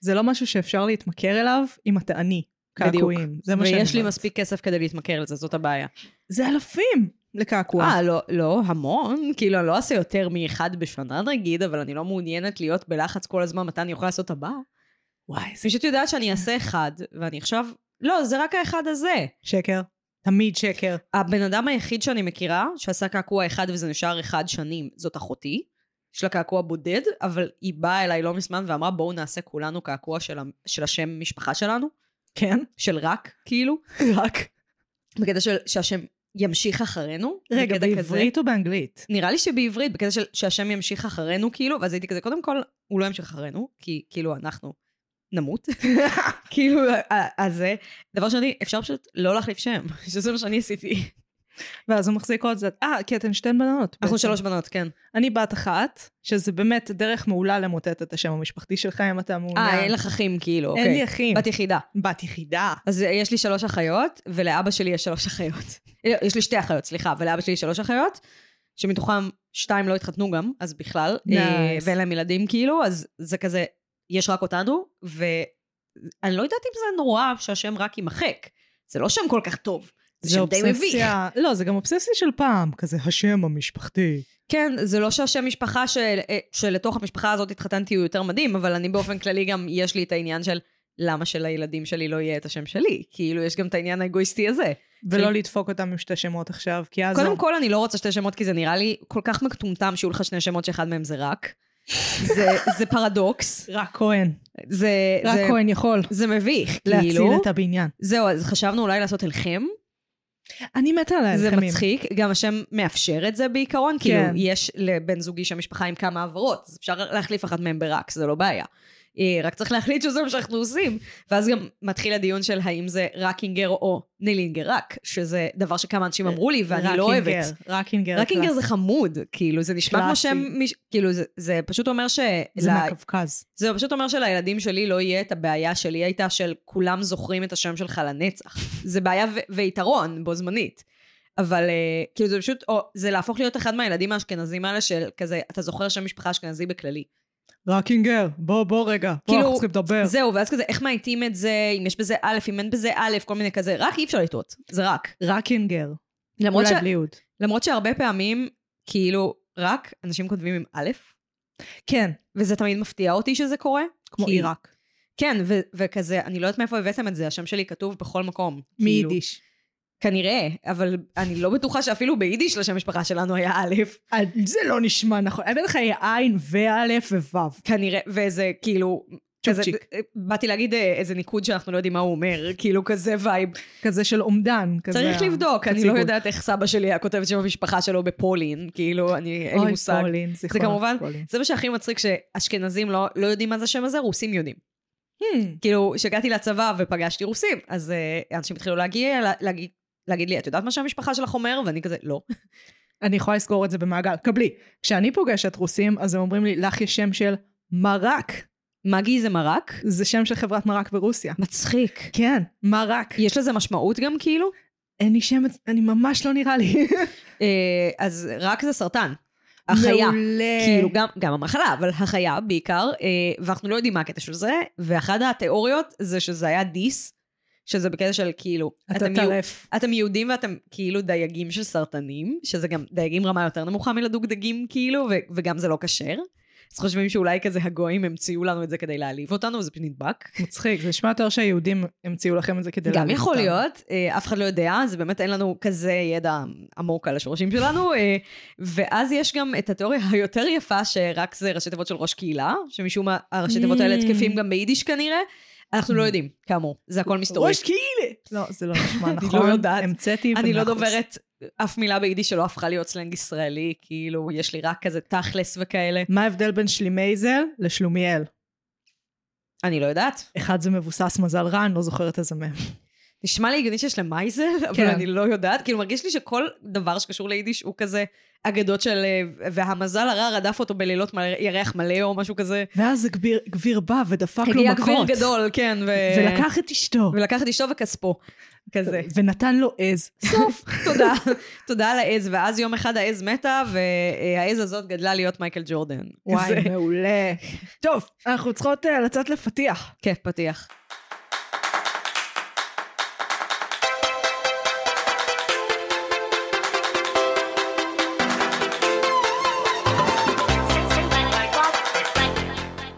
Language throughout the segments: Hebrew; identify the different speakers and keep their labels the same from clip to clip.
Speaker 1: זה לא משהו שאפשר להתמכר אליו אם אתה עני. קעקועים. זה מה שאני
Speaker 2: ויש לי
Speaker 1: אומרת.
Speaker 2: מספיק כסף כדי להתמכר לזה, זאת הבעיה.
Speaker 1: זה אלפים לקעקוע.
Speaker 2: אה, לא, לא, המון. כאילו, אני לא אעשה יותר מאחד בשנה נגיד, אבל אני לא מעוניינת להיות בלחץ כל הזמן מתי אני יכולה לעשות את הבא.
Speaker 1: וואי, זה
Speaker 2: פשוט יודעת שאני אעשה אחד, ואני עכשיו... לא, זה רק האחד הזה.
Speaker 1: שקר. תמיד שקר.
Speaker 2: הבן אדם היחיד שאני מכירה, שעשה קעקוע אחד וזה נשאר אחד שנים, זאת אחותי. יש לה קעקוע בודד, אבל היא באה אליי לא מזמן ואמרה, בואו נעשה כולנו קעקוע של, ה- של השם משפחה שלנו,
Speaker 1: כן?
Speaker 2: של רק, כאילו.
Speaker 1: רק.
Speaker 2: בקטע של, שהשם ימשיך אחרינו.
Speaker 1: רגע,
Speaker 2: בקטע כזה.
Speaker 1: בעברית או באנגלית?
Speaker 2: נראה לי שבעברית, בקטע של שהשם ימשיך אחרינו, כאילו, ואז הייתי כזה, קודם כל, הוא לא ימשיך אחרינו, כי כאילו אנחנו נמות. כאילו, ה- אז זה. דבר שני, אפשר פשוט לא להחליף שם, שזה מה שאני עשיתי.
Speaker 1: ואז הוא מחזיק עוד זאת. אה, כי אתן שתיהן בנות.
Speaker 2: אנחנו
Speaker 1: בעצם.
Speaker 2: שלוש בנות, כן.
Speaker 1: אני בת אחת, שזה באמת דרך מעולה למוטט את השם המשפחתי שלך, אם אתה מעוניין.
Speaker 2: אה, אין לך אחים, כאילו, אוקיי.
Speaker 1: אין לי אחים.
Speaker 2: בת יחידה.
Speaker 1: בת יחידה.
Speaker 2: אז אה, יש לי שלוש אחיות, ולאבא שלי יש שלוש אחיות. אה, יש לי שתי אחיות, סליחה, ולאבא שלי יש שלוש אחיות, שמתוכם שתיים לא התחתנו גם, אז בכלל,
Speaker 1: Nice.
Speaker 2: אה, ואין להם ילדים כאילו, אז זה כזה, יש רק אותנו, ואני לא יודעת אם זה נורא שהשם רק יימחק. זה לא שם כל כך טוב, זה שם די מביך.
Speaker 1: לא, זה גם אובססיה של פעם, כזה השם המשפחתי.
Speaker 2: כן, זה לא שהשם משפחה של, אה, שלתוך המשפחה הזאת התחתנתי הוא יותר מדהים, אבל אני באופן כללי גם, יש לי את העניין של למה שלילדים שלי לא יהיה את השם שלי. כאילו, יש גם את העניין האגואיסטי הזה.
Speaker 1: ולא
Speaker 2: של-
Speaker 1: לדפוק אותם עם שתי שמות עכשיו, כי אז...
Speaker 2: קודם כל, אני לא רוצה שתי שמות, כי זה נראה לי כל כך מטומטם שיהיו לך שני שמות שאחד מהם זה רק. זה, זה פרדוקס.
Speaker 1: רק כהן.
Speaker 2: זה,
Speaker 1: רק
Speaker 2: זה,
Speaker 1: כהן יכול
Speaker 2: זה מביך,
Speaker 1: להציל
Speaker 2: כאילו.
Speaker 1: את הבניין.
Speaker 2: זהו, אז חשבנו אולי לעשות הלחם.
Speaker 1: אני מתה על
Speaker 2: זה
Speaker 1: ההלחמים.
Speaker 2: מצחיק, גם השם מאפשר את זה בעיקרון, כאילו
Speaker 1: כן.
Speaker 2: יש לבן זוגי שם משפחה עם כמה עברות, אז אפשר להחליף אחת מהן ברק, זה לא בעיה. אה, רק צריך להחליט שזה מה שאנחנו עושים. ואז גם מתחיל הדיון של האם זה רקינגר או נילינגר רק, שזה דבר שכמה אנשים
Speaker 1: אה,
Speaker 2: אמרו לי ואני לא
Speaker 1: רקינגר,
Speaker 2: אוהבת.
Speaker 1: רקינגר.
Speaker 2: רקינגר
Speaker 1: קלאס.
Speaker 2: זה חמוד, כאילו, זה נשמע כמו
Speaker 1: כן, קלאסי.
Speaker 2: שם, מיש- כאילו, זה, זה פשוט אומר ש...
Speaker 1: זה
Speaker 2: ל-
Speaker 1: מהקווקז.
Speaker 2: זה פשוט אומר שלילדים שלי לא יהיה את הבעיה שלי הייתה של כולם זוכרים את השם שלך לנצח. זה בעיה ו- ויתרון בו זמנית. אבל אה, כאילו זה פשוט, או, זה להפוך להיות אחד מהילדים האשכנזים האלה של כזה, אתה זוכר שם משפחה אשכנזי בכללי.
Speaker 1: רקינגר, בוא, בוא רגע. בוא,
Speaker 2: כאילו,
Speaker 1: אנחנו צריכים לדבר.
Speaker 2: זהו, ואז כזה, איך מאייתים את זה, אם יש בזה א', אם אין בזה א', כל מיני כזה, רק אי אפשר לטעות, זה רק.
Speaker 1: רקינגר.
Speaker 2: למרות, ש...
Speaker 1: אולי בלי עוד.
Speaker 2: למרות שהרבה פעמים, כאילו, רק אנשים כותבים עם א',
Speaker 1: כן,
Speaker 2: וזה תמיד מפתיע אותי שזה קורה.
Speaker 1: כמו
Speaker 2: כי-
Speaker 1: עיראק.
Speaker 2: כן, ו- וכזה, אני לא יודעת מאיפה הבאתם את זה, השם שלי כתוב בכל מקום. כאילו,
Speaker 1: מיידיש.
Speaker 2: כנראה, אבל אני לא בטוחה שאפילו ביידיש לשם משפחה שלנו היה א',
Speaker 1: אה, זה לא נשמע נכון. הבאת לך יהיה עין ואלף ווו.
Speaker 2: כנראה, וזה כאילו... כזה,
Speaker 1: צ'ופצ'יק.
Speaker 2: באתי להגיד אה, איזה ניקוד שאנחנו לא יודעים מה הוא אומר, כאילו כזה וייב.
Speaker 1: כזה של אומדן. כזה
Speaker 2: צריך
Speaker 1: ה-
Speaker 2: לבדוק, אני לא
Speaker 1: הציגות.
Speaker 2: יודעת איך סבא שלי היה כותב את שם המשפחה שלו בפולין, כאילו, אני, אין לי
Speaker 1: אוי,
Speaker 2: מושג.
Speaker 1: פולין,
Speaker 2: זה
Speaker 1: זיכרונות
Speaker 2: כמובן,
Speaker 1: פולין.
Speaker 2: זה מה שהכי מצחיק, שאשכנזים לא, לא יודעים מה זה השם הזה, רוסים יודעים.
Speaker 1: Hmm.
Speaker 2: כאילו, כשהגעתי לצבא ופגשתי רוסים, אז אה, אנשים התחילו להגיע, לה- להגיד, להגיד לי, את יודעת מה שהמשפחה שלך אומר? ואני כזה, לא.
Speaker 1: אני יכולה לסגור את זה במעגל. קבלי. כשאני פוגשת רוסים, אז הם אומרים לי, לך יש שם של מרק.
Speaker 2: מגי זה מרק?
Speaker 1: זה שם של חברת מרק ברוסיה.
Speaker 2: מצחיק.
Speaker 1: כן, מרק.
Speaker 2: יש לזה משמעות גם כאילו?
Speaker 1: אין לי שם, אני ממש לא נראה לי.
Speaker 2: אה, אז רק זה סרטן. החיה.
Speaker 1: מעולה.
Speaker 2: כאילו, גם, גם המחלה, אבל החיה בעיקר, אה, ואנחנו לא יודעים מה הקטע של זה, ואחת התיאוריות זה שזה היה דיס, שזה בקטע של כאילו,
Speaker 1: אתה
Speaker 2: אתם, יהוד,
Speaker 1: טרף.
Speaker 2: אתם יהודים ואתם כאילו דייגים של סרטנים, שזה גם דייגים רמה יותר נמוכה מלדוגדגים כאילו, ו, וגם זה לא כשר. אז חושבים שאולי כזה הגויים המציאו לנו את זה כדי להעליב אותנו, וזה פשוט נדבק.
Speaker 1: מצחיק, זה נשמע יותר שהיהודים המציאו לכם את זה לא כדי
Speaker 2: גם
Speaker 1: להעליב
Speaker 2: יכול
Speaker 1: אותם.
Speaker 2: להיות, אה, אף אחד לא יודע, זה באמת אין לנו כזה ידע עמוק על השורשים שלנו. אה, ואז יש גם את התיאוריה היותר יפה, שרק זה ראשי תיבות של ראש קהילה, שמשום מה הראשי תיבות האלה
Speaker 1: Mm.
Speaker 2: תקפים גם ביידיש כנראה. אנחנו לא
Speaker 1: Mm.
Speaker 2: יודעים, כאמור, זה הכל מסתורי.
Speaker 1: ראש קהילה. לא, זה לא נשמע
Speaker 2: אני
Speaker 1: נכון.
Speaker 2: לא יודעת.
Speaker 1: המצאתי.
Speaker 2: אני
Speaker 1: במאה
Speaker 2: לא
Speaker 1: אחוז.
Speaker 2: דוברת אף מילה ביידיש שלא הפכה להיות סלנג ישראלי, כאילו, יש לי רק כזה תכלס וכאלה.
Speaker 1: מה ההבדל בין שלימייזל לשלומיאל?
Speaker 2: אני לא יודעת.
Speaker 1: אחד זה מבוסס מזל רע, אני לא זוכרת איזה מהם.
Speaker 2: נשמע לי הגיוני שיש למייזל, אבל
Speaker 1: כן.
Speaker 2: אני לא יודעת. כאילו, מרגיש לי שכל דבר שקשור ליידיש הוא כזה אגדות של... אה, והמזל הרע רדף אותו בלילות מלא- ירח מלא או משהו כזה.
Speaker 1: ואז הגביר, גביר בא ודפק לו
Speaker 2: הגיע גביר
Speaker 1: מכות.
Speaker 2: גדול, כן. ו...
Speaker 1: ולקח את אשתו.
Speaker 2: ולקח את אשתו וכספו. כזה.
Speaker 1: ונתן לו עז. סוף.
Speaker 2: תודה. תודה על העז. ואז יום אחד העז מתה, והעז הזאת גדלה להיות מייקל ג'ורדן. כזה.
Speaker 1: וואי, מעולה. טוב, אנחנו צריכות אה, לצאת לפתיח.
Speaker 2: כיף פתיח.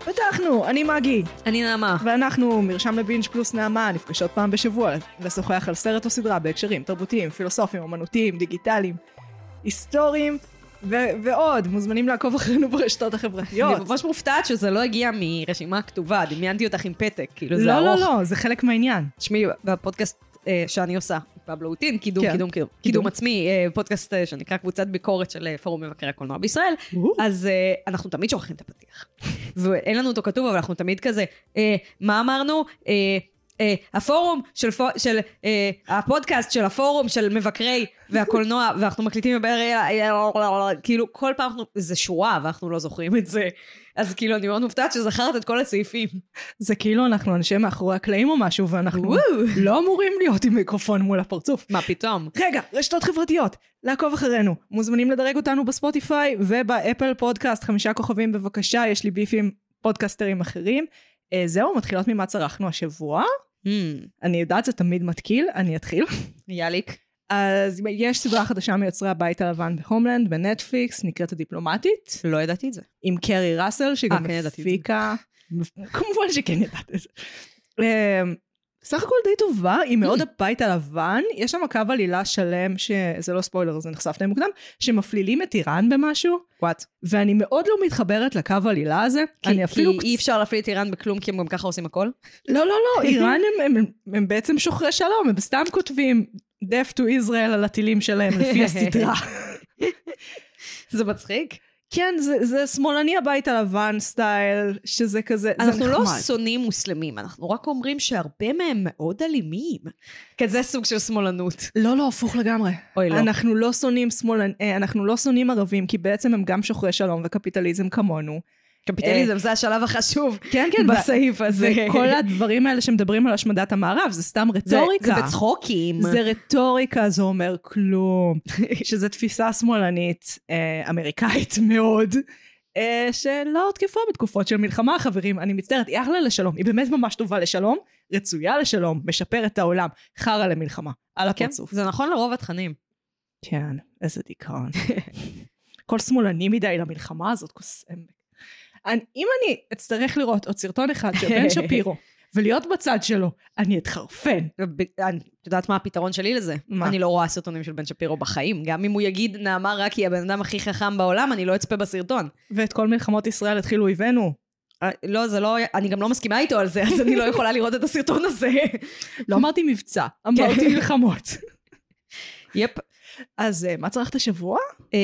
Speaker 1: פתחנו, אני מגי,
Speaker 2: אני נעמה.
Speaker 1: ואנחנו, מרשם לבינג' פלוס נעמה, נפגשות פעם בשבוע לשוחח על סרט או סדרה בהקשרים תרבותיים, פילוסופיים, אומנותיים, דיגיטליים, היסטוריים ו- ועוד. מוזמנים לעקוב אחרינו ברשתות החברתיות.
Speaker 2: אני ממש מופתעת שזה לא הגיע מרשימה כתובה, דמיינתי אותך עם פתק, כאילו זה
Speaker 1: לא,
Speaker 2: ארוך.
Speaker 1: לא, לא, זה חלק מהעניין.
Speaker 2: תשמעי, בפודקאסט אה, שאני עושה, בבלוטין, קידום,
Speaker 1: כן.
Speaker 2: קידום,
Speaker 1: קידום.
Speaker 2: קידום, קידום עצמי, אה, פודקאסט אה, שנקרא קבוצת ביקורת של אה, פורום מבקרי הקולנוע בישראל,
Speaker 1: וואו.
Speaker 2: אז אה, אנחנו תמיד שוכחים את הפתיח. ואין לנו אותו כתוב, אבל אנחנו תמיד כזה, אה, מה אמרנו? אה, אה, הפורום של, פו- של אה, הפודקאסט של הפורום של מבקרי והקולנוע, ואנחנו מקליטים אה, בבאר אילן, כאילו כל פעם אנחנו, זה שורה ואנחנו לא זוכרים את זה. אז כאילו אני מאוד מופתעת שזכרת את כל הסעיפים.
Speaker 1: זה כאילו אנחנו אנשי מאחורי הקלעים או משהו, ואנחנו לא אמורים להיות עם מיקרופון מול הפרצוף.
Speaker 2: מה פתאום?
Speaker 1: רגע, רשתות חברתיות, לעקוב אחרינו. מוזמנים לדרג אותנו בספוטיפיי ובאפל פודקאסט, חמישה כוכבים בבקשה, יש לי ביף עם פודקאסטרים אחרים. אה, זהו, מתחילות ממה צרכנו השבוע.
Speaker 2: Hmm.
Speaker 1: אני יודעת, זה תמיד מתקיל, אני אתחיל.
Speaker 2: יאליק.
Speaker 1: אז יש סדרה חדשה מיוצרי הבית הלבן בהומלנד, בנטפליקס, נקראת הדיפלומטית,
Speaker 2: לא ידעתי את זה.
Speaker 1: עם קרי ראסל, שגם
Speaker 2: אה, כן, ידעתי את זה.
Speaker 1: הפיקה... כמובן שכן ידעת את זה. אמ, סך הכל די טובה, היא מאוד הבית הלבן, יש שם קו עלילה שלם, שזה לא ספוילר, זה נחשף די מוקדם, שמפלילים את איראן במשהו,
Speaker 2: וואט.
Speaker 1: ואני מאוד לא מתחברת לקו עלילה הזה. אני אפילו...
Speaker 2: כי אי אפשר להפעיל את איראן בכלום, כי הם גם ככה עושים הכל.
Speaker 1: לא, לא, לא, איראן הם- הם- הם בעצם שוחרי שלום, הם סתם כותבים death to Israel על הטילים שלהם לפי הסדרה.
Speaker 2: זה מצחיק.
Speaker 1: כן, זה, זה שמאלני הבית הלבן סטייל, שזה כזה, זה
Speaker 2: אנחנו
Speaker 1: נחמד.
Speaker 2: לא שונאים מוסלמים, אנחנו רק אומרים שהרבה מהם מאוד אלימים. כזה סוג של שמאלנות.
Speaker 1: לא, לא, הפוך לגמרי.
Speaker 2: אוי, לא.
Speaker 1: אנחנו לא שונאים שמאלנ... אה, אנחנו לא שונאים ערבים, כי בעצם הם גם שוחרי שלום וקפיטליזם כמונו. אה,
Speaker 2: קפיטליזם זה השלב החשוב
Speaker 1: כן,
Speaker 2: בסעיף הזה.
Speaker 1: וכל הדברים האלה שמדברים על השמדת המערב, זה סתם
Speaker 2: זה-
Speaker 1: רטוריקה.
Speaker 2: זה בצחוקים.
Speaker 1: זה רטוריקה, זה אומר כלום. שזו תפיסה שמאלנית אה, אמריקאית מאוד, אה, שלא תקפה בתקופות של מלחמה, חברים. אני מצטערת, היא אחלה לשלום. היא באמת ממש טובה לשלום, רצויה לשלום, משפרת את העולם. חרא למלחמה. על
Speaker 2: כן,
Speaker 1: הפרצוף.
Speaker 2: זה נכון לרוב התכנים.
Speaker 1: כן, איזה דיכאון. כל שמאלני מדי למלחמה הזאת, כוס עמק. אני- אם אני אצטרך לראות עוד סרטון אחד של בן שפירו, ולהיות בצד שלו, אני אתחרפן.
Speaker 2: וב- אני- את יודעת מה הפתרון שלי לזה?
Speaker 1: מה?
Speaker 2: אני לא רואה סרטונים של בן שפירו בחיים. גם אם הוא יגיד, נעמה רק היא הבן אדם הכי חכם בעולם, אני לא אצפה בסרטון.
Speaker 1: ואת כל מלחמות ישראל התחילו אויבינו.
Speaker 2: אה, לא, זה לא... אני גם לא מסכימה איתו על זה, אז אני לא יכולה לראות את הסרטון הזה.
Speaker 1: לא אמרתי מבצע, אמרתי מלחמות.
Speaker 2: יפ.
Speaker 1: אז אה, מה צרכת השבוע?
Speaker 2: אה,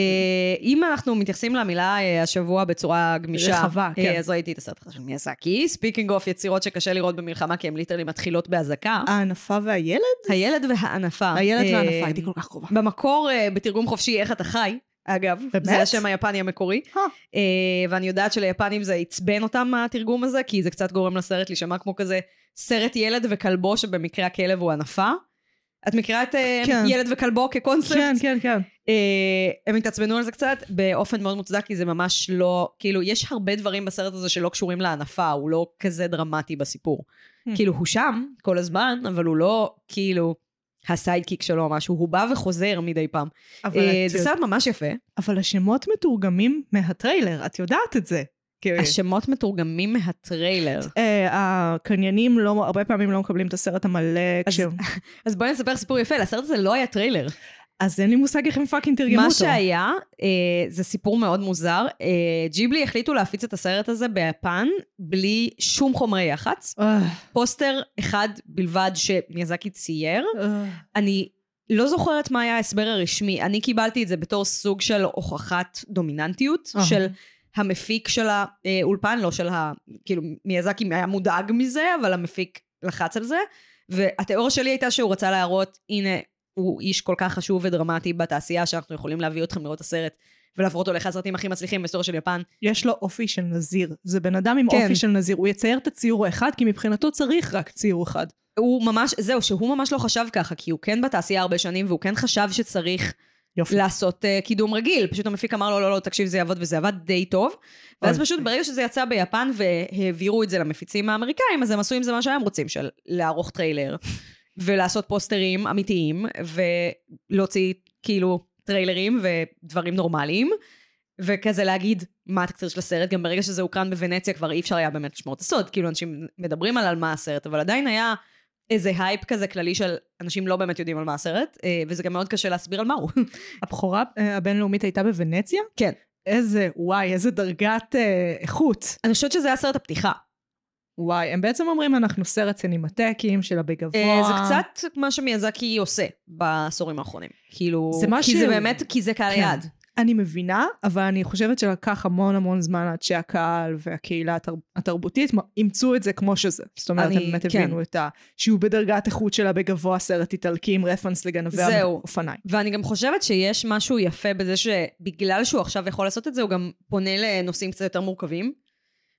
Speaker 2: אם אנחנו מתייחסים למילה אה, השבוע בצורה גמישה,
Speaker 1: רחבה,
Speaker 2: אה,
Speaker 1: כן.
Speaker 2: אז ראיתי את הסרט החדש של מיאסקי, ספיקינג אוף יצירות שקשה לראות במלחמה כי הן ליטרלי מתחילות באזעקה.
Speaker 1: הענפה והילד?
Speaker 2: הילד והענפה.
Speaker 1: אה, הילד
Speaker 2: אה,
Speaker 1: והענפה, הייתי כל כך קרובה.
Speaker 2: במקור, אה, בתרגום חופשי, איך אתה חי, אגב.
Speaker 1: באמת?
Speaker 2: זה השם היפני המקורי.
Speaker 1: אה.
Speaker 2: אה, ואני יודעת שליפנים זה עצבן אותם, התרגום הזה, כי זה קצת גורם לסרט להישמע כמו כזה סרט ילד וכלבו, שבמקרה הכלב הוא ענפה. את מכירה את אה,
Speaker 1: כן.
Speaker 2: ילד וכלבו כקונספט?
Speaker 1: כן, כן, כן.
Speaker 2: אה, הם התעצבנו על זה קצת באופן מאוד מוצדק, כי זה ממש לא, כאילו, יש הרבה דברים בסרט הזה שלא קשורים להנפה, הוא לא כזה דרמטי בסיפור.
Speaker 1: Hmm.
Speaker 2: כאילו, הוא שם כל הזמן, אבל הוא לא, כאילו, הסיידקיק שלו או משהו, הוא בא וחוזר מדי פעם.
Speaker 1: אבל
Speaker 2: אה,
Speaker 1: את
Speaker 2: זה
Speaker 1: יודעת-
Speaker 2: סרט ממש יפה.
Speaker 1: אבל השמות מתורגמים מהטריילר, את יודעת את זה. כן.
Speaker 2: השמות מתורגמים מהטריילר.
Speaker 1: אה, הקניינים לא, הרבה פעמים לא מקבלים את הסרט המלא
Speaker 2: אז-
Speaker 1: כש...
Speaker 2: אז בואי נספר סיפור יפה, לסרט הזה לא היה טריילר.
Speaker 1: אז אין לי מושג איך הם פאקינג תרגמו
Speaker 2: מה
Speaker 1: אותו.
Speaker 2: שהיה, אה, זה סיפור מאוד מוזר. אה, ג'יבלי החליטו להפיץ את הסרט הזה ביפן, בלי שום חומרי יח"צ.
Speaker 1: אה,
Speaker 2: פוסטר אחד בלבד שמיאזקי צייר.
Speaker 1: אה,
Speaker 2: אני לא זוכרת מה היה ההסבר הרשמי. אני קיבלתי את זה בתור סוג של הוכחת דומיננטיות
Speaker 1: אהה.
Speaker 2: של המפיק של האולפן, לא של ה... כאילו, מיאזקי היה מודאג מזה, אבל המפיק לחץ על זה. והתיאוריה שלי הייתה שהוא רצה להראות, הנה, הוא איש כל כך חשוב ודרמטי בתעשייה, שאנחנו יכולים להביא אתכם לראות את הסרט, ולהפוך אותו לאחד הסרטים הכי מצליחים בהיסטוריה של יפן.
Speaker 1: יש לו אופי של נזיר. זה בן אדם עם
Speaker 2: כן.
Speaker 1: אופי של נזיר. הוא יצייר את הציור האחד, כי מבחינתו צריך רק ציור אחד.
Speaker 2: הוא ממש, זהו, שהוא ממש לא חשב ככה, כי הוא כן בתעשייה הרבה שנים, והוא כן חשב שצריך
Speaker 1: יופי.
Speaker 2: לעשות uh, קידום רגיל. פשוט המפיק אמר לו, לא, לא, תקשיב, זה יעבוד, וזה עבד די טוב. ואז
Speaker 1: אוי.
Speaker 2: פשוט ברגע שזה יצא ביפן והעבירו את זה למפיצים האמריקאים, אז הם עשו עם זה מה שהם רוצים, של לערוך טריילר, ולעשות פוסטרים אמיתיים, ולהוציא כאילו טריילרים ודברים נורמליים, וכזה להגיד מה התקציר של הסרט, גם ברגע שזה הוקרן בוונציה כבר אי אפשר היה באמת לשמור את הסוד, כאילו אנשים מדברים על, על מה הסרט, אבל עדיין היה... איזה הייפ כזה כללי של אנשים לא באמת יודעים על מה הסרט, אה, וזה גם מאוד קשה להסביר על מה הוא.
Speaker 1: הבכורה אה, הבינלאומית הייתה בוונציה?
Speaker 2: כן.
Speaker 1: איזה, וואי, איזה דרגת אה, איכות.
Speaker 2: אני חושבת שזה היה סרט הפתיחה.
Speaker 1: וואי, הם בעצם אומרים אנחנו סרט סינמטקים של הבגבוה.
Speaker 2: אה, זה קצת מה שמיאזקי עושה בעשורים האחרונים. כאילו,
Speaker 1: זה מה
Speaker 2: כי
Speaker 1: ש-
Speaker 2: זה באמת, כי זה קהל
Speaker 1: כן.
Speaker 2: יעד.
Speaker 1: אני מבינה, אבל אני חושבת שלקח המון המון זמן עד שהקהל והקהילה התר... התרבותית מ- אימצו את זה כמו שזה. זאת אומרת,
Speaker 2: אני-
Speaker 1: הם באמת
Speaker 2: כן.
Speaker 1: הבינו את ה... שהוא בדרגת איכות שלה בגבוה סרט איטלקי עם רפרנס לגנבי
Speaker 2: זהו.
Speaker 1: האופניים.
Speaker 2: ואני גם חושבת שיש משהו יפה בזה שבגלל שהוא עכשיו יכול לעשות את זה, הוא גם פונה לנושאים קצת יותר מורכבים.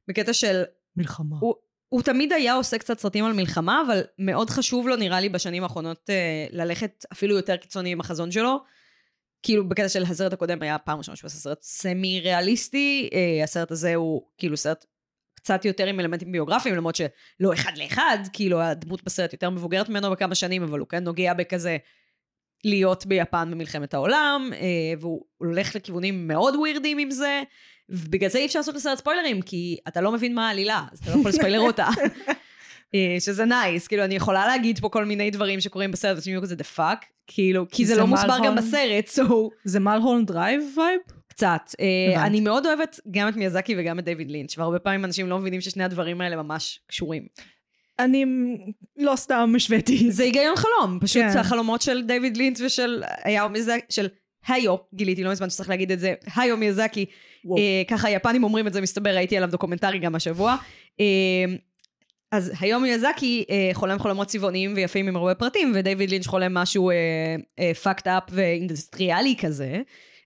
Speaker 2: בקטע של,
Speaker 1: מלחמה.
Speaker 2: הוא תמיד היה עושה קצת סרטים על מלחמה, אבל מאוד חשוב לו, נראה לי, בשנים האחרונות אה, ללכת אפילו יותר קיצוני עם החזון שלו. כאילו בקטע של הסרט הקודם היה פעם ראשונה שהוא עשה סרט סמי ריאליסטי, אה, הסרט הזה הוא כאילו סרט קצת יותר עם אלמנטים ביוגרפיים, למרות שלא אחד לאחד, כאילו הדמות בסרט יותר מבוגרת ממנו בכמה שנים, אבל הוא כן נוגע בכזה להיות ביפן במלחמת העולם, אה, והוא הולך לכיוונים מאוד ווירדים עם זה, ובגלל זה אי אפשר לעשות לסרט ספוילרים, כי אתה לא מבין מה העלילה, אז אתה לא יכול לספיילר אותה. אה, שזה נייס, כאילו אני יכולה להגיד פה כל מיני דברים שקורים בסרט, ואנשים יהיו כזה דה פאק, כאילו, כי זה
Speaker 1: זה
Speaker 2: לא מוסבר
Speaker 1: מלהון.
Speaker 2: גם בסרט, so...
Speaker 1: זה מלהון דרייב וייב?
Speaker 2: קצת. אה,
Speaker 1: הבנתי.
Speaker 2: אני מאוד אוהבת גם את מיאזקי וגם את דיוויד לינץ', והרבה פעמים אנשים לא מבינים ששני הדברים האלה ממש קשורים.
Speaker 1: אני לא סתם השוויתי.
Speaker 2: זה היגיון חלום, פשוט
Speaker 1: כן.
Speaker 2: החלומות של דיוויד לינץ' ושל היאו מיאזקי, של היו, גיליתי לא מזמן שצריך להגיד את זה, היו מיאזקי,
Speaker 1: וואו.
Speaker 2: אה, ככה היפנים אומרים את זה, מסתבר, ראיתי עליו דוקומנטרי גם השבוע. אה, אז היום מיאזקי אה, חולם חלומות צבעוניים ויפים עם הרבה פרטים, ודייוויד לינץ' חולם משהו אה, פאקד אפ ואינדסטריאלי כזה.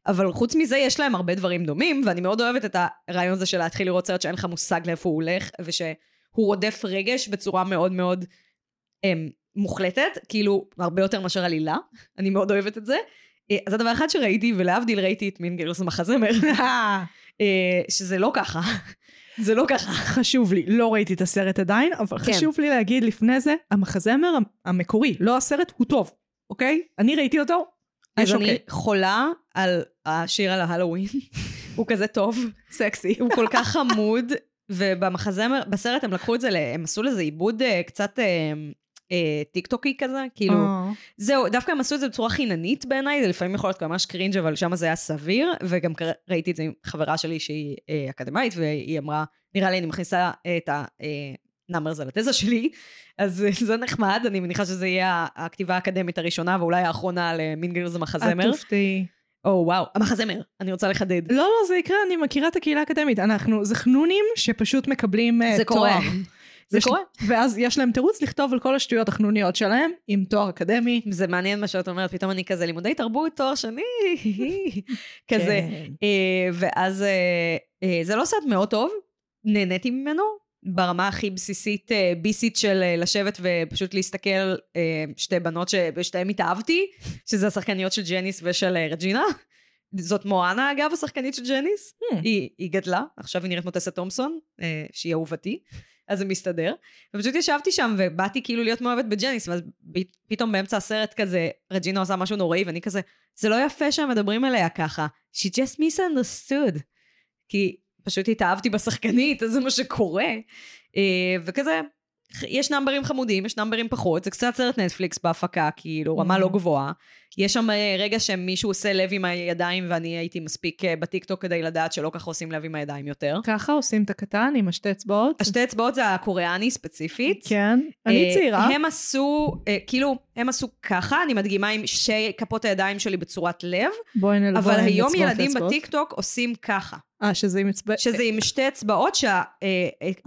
Speaker 2: אבל חוץ מזה יש להם הרבה דברים דומים, ואני מאוד אוהבת את הרעיון הזה של להתחיל לראות סרט שאין לך מושג לאיפה הוא הולך, ושהוא רודף רגש בצורה מאוד מאוד אמ, מוחלטת, כאילו הרבה יותר מאשר עלילה, אני מאוד אוהבת את זה. אה, אז הדבר אחד שראיתי, ולהבדיל ראיתי את מין גרס המחזמר. אה, שזה לא ככה. זה לא ככה.
Speaker 1: חשוב לי, לא ראיתי את הסרט עדיין, אבל
Speaker 2: כן.
Speaker 1: חשוב לי להגיד לפני זה, המחזמר המ- המקורי, לא הסרט, הוא טוב, אוקיי? אני ראיתי אותו,
Speaker 2: אז
Speaker 1: יש
Speaker 2: אני
Speaker 1: אוקיי.
Speaker 2: חולה על השיר על ההלואוין. הוא כזה טוב,
Speaker 1: סקסי.
Speaker 2: הוא כל כך חמוד, ובמחזמר, בסרט הם לקחו את זה, ל- הם עשו לזה עיבוד אה, קצת אה, אה, טיקטוקי כזה, כאילו, זהו, דווקא הם עשו את זה בצורה חיננית בעיניי, זה לפעמים יכול להיות ממש קרינג' אבל שם זה היה סביר, וגם קר- ראיתי את זה עם חברה שלי שהיא אה, אקדמאית, והיא אמרה, נראה לי אני מכניסה את הנאמרס על התזה שלי, אז אה, זה נחמד, אני מניחה שזה יהיה הכתיבה האקדמית הראשונה ואולי האחרונה למינגרס המחזמר.
Speaker 1: את תופתעי.
Speaker 2: או וואו, המחזמר, אני רוצה לחדד.
Speaker 1: לא, לא, זה יקרה, אני מכירה את הקהילה האקדמית. אנחנו, זה חנונים שפשוט מקבלים אה, תואר.
Speaker 2: זה קורה. זה
Speaker 1: יש-
Speaker 2: קורה.
Speaker 1: ואז יש להם תירוץ לכתוב על כל השטויות החנוניות שלהם, עם תואר אקדמי.
Speaker 2: זה מעניין מה שאת אומרת, פתאום אני כזה לימודי תרבות, תואר שני, כזה.
Speaker 1: כן.
Speaker 2: אה, ואז אה, אה, זה לא סרט מאוד טוב, נהניתי ממנו ברמה הכי בסיסית, אה, ביסית של אה, לשבת ופשוט להסתכל אה, שתי בנות שבשתיהן התאהבתי, שזה השחקניות של ג'ניס ושל אה, רג'ינה. זאת מואנה אגב, השחקנית של ג'ניס.
Speaker 1: Hmm.
Speaker 2: היא, היא גדלה, עכשיו היא נראית כמו טסה תומפסון, אה, שהיא אהובתי, אז זה מסתדר. ופשוט ישבתי שם ובאתי כאילו להיות מאוהבת בג'ניס, ואז ב- פתאום באמצע הסרט כזה, רג'ינה עושה משהו נוראי, ואני כזה, זה לא יפה שהם מדברים עליה ככה. She just misunderstood. כי פשוט התאהבתי בשחקנית, אז זה מה שקורה. אה, וכזה, יש נאמברים חמודים, יש נאמברים פחות, זה קצת סרט נטפליקס בהפקה, כאילו, רמה לא
Speaker 1: Mhm.
Speaker 2: גבוהה. יש שם אה, רגע שמישהו עושה לב עם הידיים, ואני הייתי מספיק אה, בטיקטוק כדי לדעת שלא ככה עושים לב עם הידיים יותר.
Speaker 1: ככה עושים את הקטן עם השתי אצבעות.
Speaker 2: השתי אצבעות זה הקוריאני ספציפית.
Speaker 1: כן. אני
Speaker 2: אה,
Speaker 1: צעירה.
Speaker 2: הם עשו, אה, כאילו, הם עשו ככה, אני מדגימה עם שתי כפות הידיים שלי בצורת לב,
Speaker 1: בואי נל- בואי
Speaker 2: אבל היום
Speaker 1: נצבעות
Speaker 2: ילדים
Speaker 1: לאצבעות.
Speaker 2: בטיקטוק עושים ככה.
Speaker 1: אה, שזה עם אצבעות.
Speaker 2: שזה עם שתי אצבעות אה,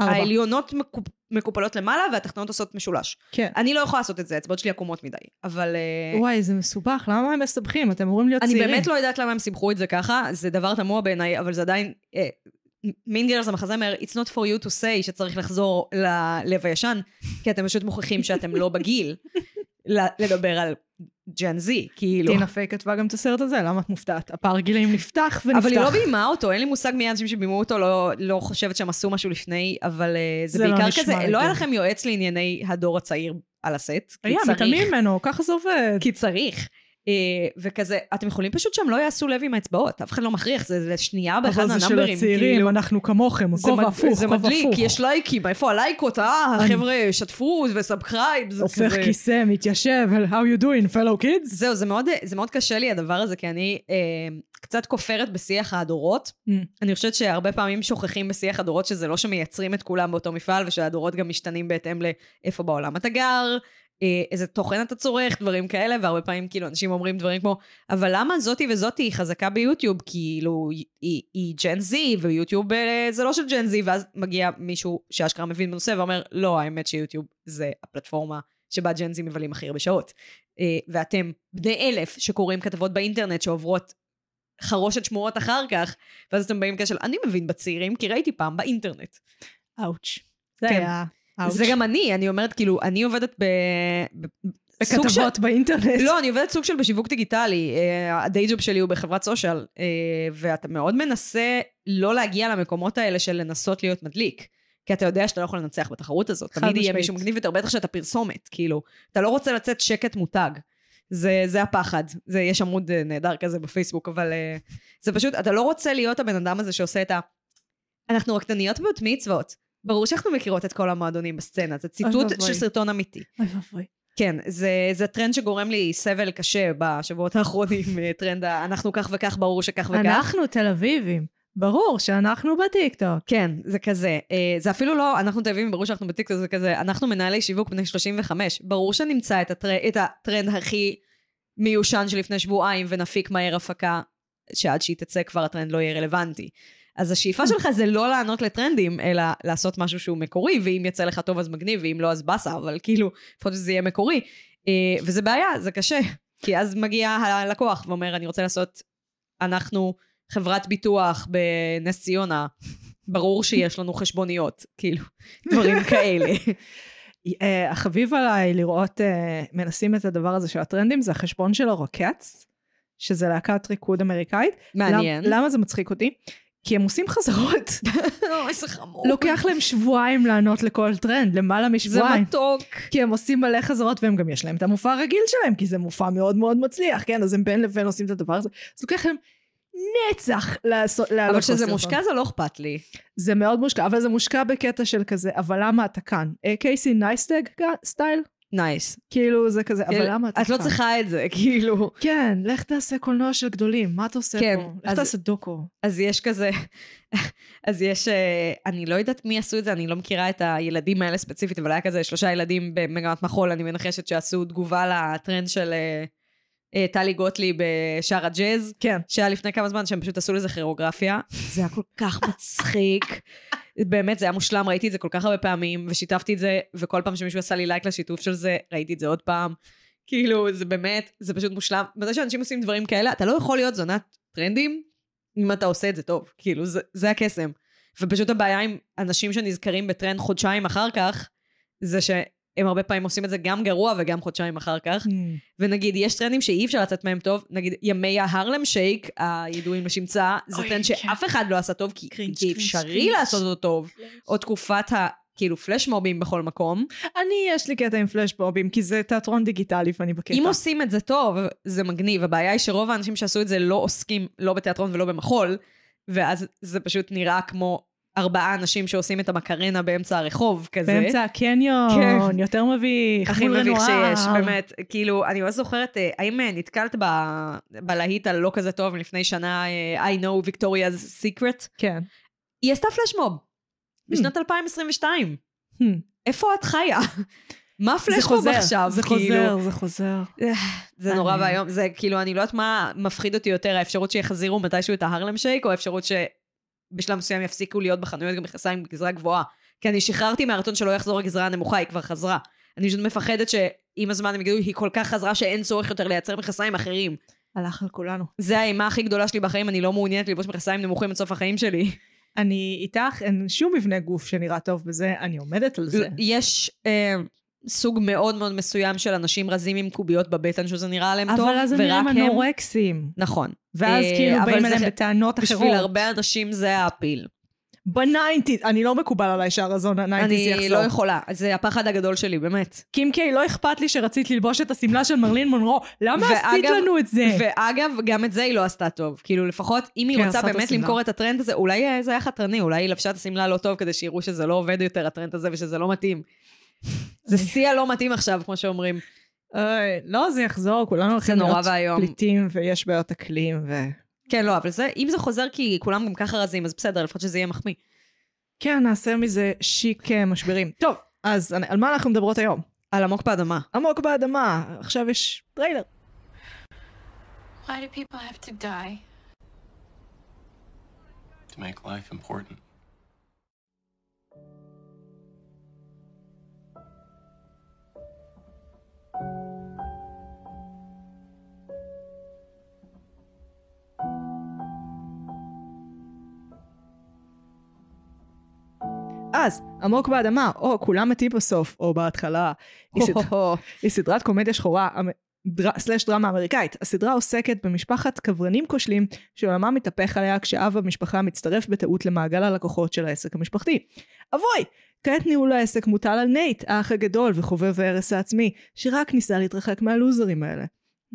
Speaker 1: ארבע.
Speaker 2: שהעליונות מקופלות למעלה והתחתונות עושות משולש.
Speaker 1: כן.
Speaker 2: אני לא יכולה לעשות את זה, האצבעות שלי עקומות מדי, אבל... אה,
Speaker 1: וואי, זה מסובך, למה הם מסתבכים? אתם אמורים להיות
Speaker 2: אני
Speaker 1: צעירים.
Speaker 2: באמת לא יודעת למה הם סיבכו את זה ככה, זה דבר תמוה בעיניי, אבל זה עדיין... אה, מין גרס המחזמר, it's not for you to say שצריך לחזור ללב הישן, כי אתם פשוט מוכיחים שאתם לא בגיל ל- לדבר על ג'ן זי, כאילו.
Speaker 1: טינה פיי כתבה גם את הסרט הזה, למה את מופתעת? הפער גילים נפתח ונפתח. אה,
Speaker 2: אבל היא לא ביימה אותו, אין לי מושג מי האנשים שבימו אותו, לא, לא חושבת שהם עשו משהו לפני, אבל אה, זה,
Speaker 1: זה לא
Speaker 2: בעיקר
Speaker 1: נשמע
Speaker 2: כזה,
Speaker 1: לי
Speaker 2: לא היה
Speaker 1: טוב.
Speaker 2: לכם יועץ לענייני הדור הצעיר על הסט, כי
Speaker 1: היה,
Speaker 2: צריך.
Speaker 1: מתעלמים ממנו, ככה זה עובד.
Speaker 2: כי צריך. אה, וכזה, אתם יכולים פשוט שהם לא יעשו לב עם האצבעות, אף אחד לא מכריח, זה, זה שנייה באחד
Speaker 1: אבל זה של
Speaker 2: מהנאמברים.
Speaker 1: הצעירים,
Speaker 2: כאילו.
Speaker 1: אנחנו כמוכם,
Speaker 2: זה
Speaker 1: כובע
Speaker 2: מד-
Speaker 1: הפוך,
Speaker 2: זה
Speaker 1: כובע
Speaker 2: מדליק,
Speaker 1: הפוך.
Speaker 2: יש לייקים, איפה הלייקות, אה,
Speaker 1: אני-
Speaker 2: חבר'ה, שתפו וסאבקרייב, זה
Speaker 1: הופך
Speaker 2: כזה.
Speaker 1: כיסא, מתיישב, "Well, how you doing, fellow kids?
Speaker 2: זהו, זה מאוד, זה מאוד קשה לי הדבר הזה, כי אני אה, קצת כופרת בשיח הדורות.
Speaker 1: Mm.
Speaker 2: אני חושבת שהרבה פעמים שוכחים בשיח הדורות שזה לא שמייצרים את כולם באותו מפעל, ושהדורות גם משתנים בהתאם לאיפה בעולם אתה גר, אה, איזה תוכן אתה צורך, דברים כאלה, והרבה פעמים כאילו אנשים אומרים דברים כמו, אבל למה זאתי וזאתי היא חזקה ביוטיוב, כאילו היא- היא- היא ג'ן זי, ויוטיוב אה, זה לא של ג'ן זי, ואז מגיע מישהו שאשכרה מבין בנושא ואומר, לא, האמת שיוטיוב זה הפלטפורמה שבה ג'ן זי מבלים הכי הרבה שעות. אה, ואתם בני אלף שקוראים כתבות באינטרנט שעוברות חרושת שמועות אחר כך, ואז אתם באים בקשר, אני מבין בצעירים כי ראיתי פעם באינטרנט.
Speaker 1: אאוץ'. זה
Speaker 2: כן.
Speaker 1: היה אאוץ'.
Speaker 2: זה גם אני, אני אומרת כאילו, אני עובדת ב... ב- סוג
Speaker 1: בכתבות באינטרנט.
Speaker 2: של... לא, אני עובדת סוג של בשיווק דיגיטלי. אה, הדיי ג'וב שלי הוא בחברת סושיאל, אה, ואתה מאוד מנסה לא להגיע למקומות האלה של לנסות להיות מדליק. כי אתה יודע שאתה לא יכול לנצח בתחרות הזאת.
Speaker 1: חד
Speaker 2: תמיד יהיה
Speaker 1: משמעית.
Speaker 2: מישהו מגניב יותר, בטח שאתה פרסומת, כאילו. אתה לא רוצה לצאת שקט מותג. זה, זה הפחד. זה, יש עמוד אה, נהדר כזה בפייסבוק, אבל אה, זה פשוט, אתה לא רוצה להיות הבן אדם הזה שעושה את ה... אנחנו רקדניות בת מצוות. ברור שאנחנו מכירות את כל המועדונים בסצנה. זה ציטוט
Speaker 1: ואבוי.
Speaker 2: של סרטון אמיתי.
Speaker 1: אוי ואבוי.
Speaker 2: כן, זה, זה טרנד שגורם לי סבל קשה בשבועות האחרונים, אה, טרנד ה- אנחנו כך וכך, ברור שכך וכך.
Speaker 1: אנחנו תל אביבים. ברור שאנחנו בטיקטוק.
Speaker 2: כן, זה כזה. אה, זה אפילו לא, אנחנו תל אביבים, ברור שאנחנו בטיקטוק, זה כזה, אנחנו מנהלי שיווק בני 35. ברור שנמצא את, הטר, את הטרנד הכי מיושן שלפני שבועיים ונפיק מהר הפקה, שעד שהיא תצא כבר הטרנד לא יהיה רלוונטי. אז השאיפה שלך זה לא לענות לטרנדים, אלא לעשות משהו שהוא מקורי, ואם יצא לך טוב אז מגניב, ואם לא אז באסה, אבל כאילו, לפחות שזה יהיה מקורי. אה, וזה בעיה, זה קשה. כי אז מגיע הלקוח ואומר, אני רוצה לעשות, אנחנו חברת ביטוח בנס ציונה, ברור שיש לנו חשבוניות, כאילו, דברים כאלה.
Speaker 1: אה, החביב עליי לראות, אה, מנסים את הדבר הזה של הטרנדים, זה החשבון של הרוקטס, שזה להקת ריקוד אמריקאית.
Speaker 2: מעניין.
Speaker 1: למ- למה זה מצחיק אותי? כי הם עושים חזרות.
Speaker 2: לא, איזה חמור.
Speaker 1: לוקח להם שבועיים לענות לכל טרנד, למעלה
Speaker 2: זה
Speaker 1: משבועיים.
Speaker 2: מתוק.
Speaker 1: כי הם עושים מלא חזרות והם גם יש להם את המופע הרגיל שלהם, כי זה מופע מאוד מאוד מצליח, כן? אז הם בין לבין עושים את הדבר הזה. אז לוקח להם נצח לעשות, לעלות
Speaker 2: אבל כשזה
Speaker 1: בסרטון.
Speaker 2: מושקע זה לא אכפת לי.
Speaker 1: זה מאוד מושקע, אבל זה מושקע בקטע של כזה, אבל למה אתה כאן? אה, קייסי נייסטג כ- סטייל?
Speaker 2: נייס.
Speaker 1: כאילו זה כזה, אבל למה אתה כאן?
Speaker 2: את לא צריכה את זה, כאילו.
Speaker 1: כן, לך תעשה קולנוע של גדולים, מה אתה עושה
Speaker 2: כן,
Speaker 1: פה? לך
Speaker 2: אז-
Speaker 1: תעשה דוקו.
Speaker 2: אז יש כזה, אז יש, אה, אני לא יודעת מי עשו את זה, אני לא מכירה את הילדים האלה ספציפית, אבל היה כזה שלושה ילדים במגמת מחול, אני מנחשת שעשו תגובה לטרנד של אה, אה, טלי גוטליב בשער הג'אז,
Speaker 1: כן.
Speaker 2: שהיה לפני כמה זמן, שהם פשוט עשו לזה כירוגרפיה. זה היה כל כך מצחיק. באמת, זה היה מושלם, ראיתי את זה כל כך הרבה פעמים, ושיתפתי את זה, וכל פעם שמישהו עשה לי לייק לשיתוף של זה, ראיתי את זה עוד פעם. כאילו, זה באמת, זה פשוט מושלם. בזה שאנשים עושים דברים כאלה, אתה לא יכול להיות זונת טרנדים אם אתה עושה את זה טוב. כאילו, זה, זה הקסם. ופשוט הבעיה עם אנשים שנזכרים בטרנד חודשיים אחר כך, זה שהם הרבה פעמים עושים את זה גם גרוע וגם חודשיים אחר כך.
Speaker 1: "Hmm."
Speaker 2: ונגיד, יש טרנדים שאי אפשר לצאת מהם טוב, נגיד ימי ההרלם שייק, הידועים בשמצה, זה
Speaker 1: אוי,
Speaker 2: טרנד
Speaker 1: כן.
Speaker 2: שאף אחד לא עשה טוב, כי
Speaker 1: קרינג',
Speaker 2: זה
Speaker 1: קרינג',
Speaker 2: אפשרי
Speaker 1: קרינג'.
Speaker 2: לעשות אותו טוב, או תקופת ה... כאילו פלשמובים בכל מקום.
Speaker 1: אני, יש לי קטע עם פלשבובים, כי זה תיאטרון דיגיטלי ואני בקטע.
Speaker 2: אם עושים את זה טוב, זה מגניב. הבעיה היא שרוב האנשים שעשו את זה לא עוסקים לא בתיאטרון ולא במחול, ואז זה פשוט נראה כמו ארבעה אנשים שעושים את המקרנה באמצע הרחוב כזה.
Speaker 1: באמצע
Speaker 2: כן.
Speaker 1: הקניון, יותר מביך,
Speaker 2: הכי
Speaker 1: מול
Speaker 2: מביך
Speaker 1: רנואר.
Speaker 2: שיש, באמת. כאילו, אני לא זוכרת, אה, האם אה, נתקלת ב- בלהיט הלא כזה טוב מלפני שנה, אה, I know Victoria's Secret?
Speaker 1: כן.
Speaker 2: היא עשתה פלשמוב. בשנת 2022.
Speaker 1: Hmm.
Speaker 2: איפה את חיה? מה
Speaker 1: זה
Speaker 2: פלשמוב
Speaker 1: חוזר,
Speaker 2: עכשיו?
Speaker 1: זה
Speaker 2: כאילו?
Speaker 1: חוזר, זה חוזר.
Speaker 2: זה נורא
Speaker 1: אני-
Speaker 2: ואיום. זה כאילו, אני לא יודעת מה מפחיד אותי יותר, האפשרות שיחזירו מתישהו את ההרלם שייק, או האפשרות שבשלב מסוים יפסיקו להיות בחנויות גם מכנסיים בגזרה גבוהה. כי אני שחררתי מהרצון שלא יחזור הגזרה הנמוכה, היא כבר חזרה. אני פשוט מפחדת שעם הזמן הם יגידו, היא כל כך חזרה שאין צורך יותר לייצר מכסיים אחרים.
Speaker 1: הלך על כולנו.
Speaker 2: זה האימה הכי גדולה שלי בחיים, אני לא מעוניינת ללבוש מכסיים נמוכים עד סוף החיים שלי.
Speaker 1: אני איתך, אין שום מבנה גוף שנראה טוב בזה, אני עומדת על זה.
Speaker 2: יש אה, סוג מאוד מאוד מסוים של אנשים רזים עם קוביות בבטן, שזה נראה להם טוב,
Speaker 1: אבל אז הם
Speaker 2: ורק
Speaker 1: נראים
Speaker 2: הם...
Speaker 1: אנורקסים.
Speaker 2: נכון.
Speaker 1: ואז
Speaker 2: אה,
Speaker 1: כאילו
Speaker 2: אבל
Speaker 1: באים
Speaker 2: זה
Speaker 1: אליהם
Speaker 2: ח-
Speaker 1: בטענות אחרות.
Speaker 2: בשביל הרבה אנשים זה האפיל.
Speaker 1: בניינטיז, אני לא מקובל עליי שהרזון הניינטיז
Speaker 2: אני
Speaker 1: יחזור.
Speaker 2: לא יכולה, זה הפחד הגדול שלי, באמת.
Speaker 1: קים קיי, לא אכפת לי שרצית ללבוש את השמלה של מרלין מונרו, למה
Speaker 2: ואגב-
Speaker 1: עשית לנו את זה?
Speaker 2: ואגב, גם את זה היא לא עשתה טוב. כאילו, לפחות אם
Speaker 1: כן,
Speaker 2: היא רוצה
Speaker 1: עשתה את
Speaker 2: באמת
Speaker 1: השמלה.
Speaker 2: למכור את הטרנד הזה, אולי אה, זה היה חתרני, אולי היא לבשה את השמלה לא טוב כדי שיראו שזה לא עובד יותר, הטרנד הזה, ושזה לא מתאים. זה שיא הלא מתאים עכשיו, כמו שאומרים.
Speaker 1: אוי, לא, זה יחזור, כולנו הולכים
Speaker 2: נורא
Speaker 1: להיות
Speaker 2: ואיום.
Speaker 1: פליטים ויש בעיות אקלים ו...
Speaker 2: כן, לא, אבל זה, אם זה חוזר כי כולם גם ככה רזים, אז בסדר, לפחות שזה יהיה מחמיא.
Speaker 1: כן, נעשה מזה שיק אה, משברים. טוב, אז אני- על מה אנחנו מדברות היום?
Speaker 2: על עמוק באדמה.
Speaker 1: עמוק באדמה, עכשיו יש טריילר.
Speaker 3: Why do people have to die?
Speaker 4: to make life important.
Speaker 1: אז, עמוק באדמה, או כולם מתים בסוף, או בהתחלה. היא סדרה- היא סדרת קומדיה שחורה, אמ- דר- סלש דרמה אמריקאית. הסדרה עוסקת במשפחת קברנים כושלים שעולמם מתהפך עליה כשאב המשפחה מצטרף בטעות למעגל הלקוחות של העסק המשפחתי. אבוי! כעת ניהול העסק מוטל על נייט, האח הגדול וחובב ההרס העצמי, שרק ניסה להתרחק מהלוזרים האלה.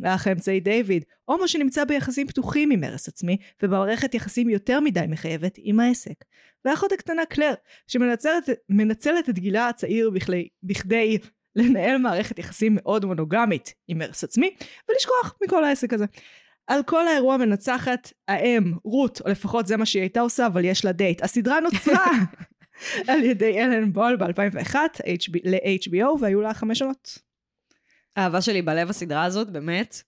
Speaker 1: האח האמצעי דיוויד, הומו שנמצא ביחסים פתוחים עם הרס עצמי, ובמערכת יחסים יותר מדי מחייבת עם העסק. והאחות הקטנה קלר, שמנצלת מנצלת את גילה הצעיר בכלי, בכדי לנהל מערכת יחסים מאוד מונוגמית עם הרס עצמי, ולשכוח מכל העסק הזה. על כל האירוע מנצחת האם, רות, או לפחות זה מה שהיא הייתה עושה, אבל יש לה דייט. הסדרה נוצרה על ידי אלן בול ב-2001 ל-HBO, והיו לה חמש עונות.
Speaker 2: האהבה שלי בלב הסדרה הזאת, באמת.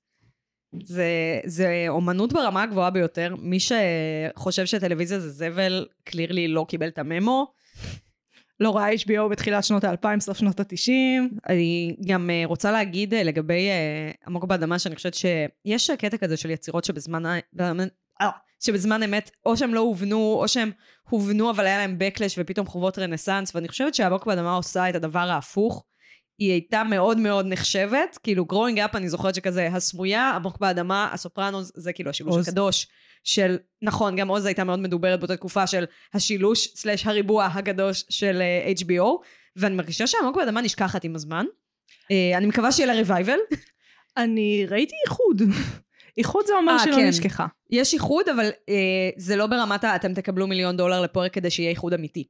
Speaker 2: זה, זה אומנות ברמה הגבוהה ביותר. מי שחושב שטלוויזיה זה זבל, קלירלי לא קיבל את הממו.
Speaker 1: לא ראה HBO בתחילת שנות האלפיים, סוף שנות התשעים.
Speaker 2: אני גם אה, רוצה להגיד אה, לגבי אה, עמוק באדמה, שאני חושבת שיש קטע כזה של יצירות שבזמן, ה- בזמן- אה, שבזמן אמת, או שהם לא הובנו, או שהם הובנו אבל היה להם backlash ופתאום חובות רנסאנס, ואני חושבת שעמוק באדמה עושה את הדבר ההפוך. היא הייתה מאוד מאוד נחשבת, כאילו growing up אני זוכרת שכזה הסמויה, עמוק באדמה, הסופרנוס, זה כאילו השילוש
Speaker 1: עוז.
Speaker 2: הקדוש של, נכון, גם עוז הייתה מאוד מדוברת באותה תקופה של השילוש סלאש הריבוע הקדוש של אה, HBO, ואני מרגישה שעמוק באדמה נשכחת עם הזמן. אה, אני מקווה שיהיה לה רווייבל.
Speaker 1: אני ראיתי איחוד. איחוד זה אומר
Speaker 2: אה,
Speaker 1: שלא
Speaker 2: כן.
Speaker 1: נשכחה.
Speaker 2: יש איחוד, אבל אה, זה לא ברמת ה- אתם תקבלו מיליון דולר לפרק כדי שיהיה איחוד אמיתי.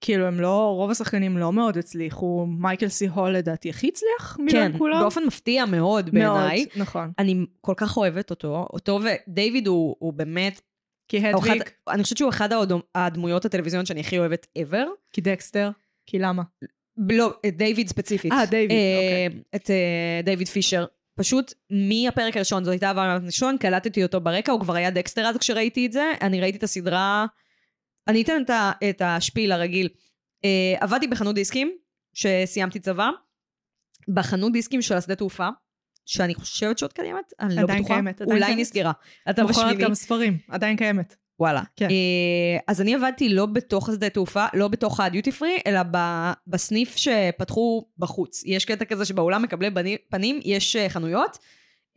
Speaker 1: כאילו הם לא, רוב השחקנים לא מאוד הצליחו, מייקל סי הול לדעתי הכי הצליח
Speaker 2: כן,
Speaker 1: מבין כולם.
Speaker 2: באופן מפתיע מאוד
Speaker 1: מאוד,
Speaker 2: בעיניי.
Speaker 1: נכון.
Speaker 2: אני כל כך אוהבת אותו, אותו ודייוויד הוא, הוא באמת,
Speaker 1: כי
Speaker 2: הוא אחד,
Speaker 1: הדוויג,
Speaker 2: אני חושבת שהוא אחד הדו- הדמויות הטלוויזיון שאני הכי אוהבת ever.
Speaker 1: כי דקסטר, כי למה?
Speaker 2: ב- לא, את דיוויד ספציפית.
Speaker 1: אה, דיוויד,
Speaker 2: אה, את אה, דיוויד פישר. פשוט מהפרק הראשון, זו הייתה הבאה הראשון, קלטתי אותו ברקע, הוא כבר היה דקסטר אז כשראיתי את זה, אני ראיתי את הסדרה, אני אתן את, ה, את השפיל הרגיל. אה, עבדתי בחנות דיסקים, שסיימתי צבא, בחנות דיסקים של השדה תעופה, שאני חושבת שעוד קיימת, אני לא
Speaker 1: עדיין
Speaker 2: בטוחה,
Speaker 1: קיימת, עדיין
Speaker 2: אולי
Speaker 1: קיימת.
Speaker 2: נסגרה. אתה
Speaker 1: מוכרת
Speaker 2: בשמיני.
Speaker 1: גם ספרים, עדיין קיימת.
Speaker 2: וואלה.
Speaker 1: כן.
Speaker 2: אה, אז אני עבדתי לא בתוך השדה תעופה, לא בתוך הדיוטי פרי, אלא ב- בסניף שפתחו בחוץ. יש קטע כזה שבאולם מקבלי בני- פנים יש אה, חנויות,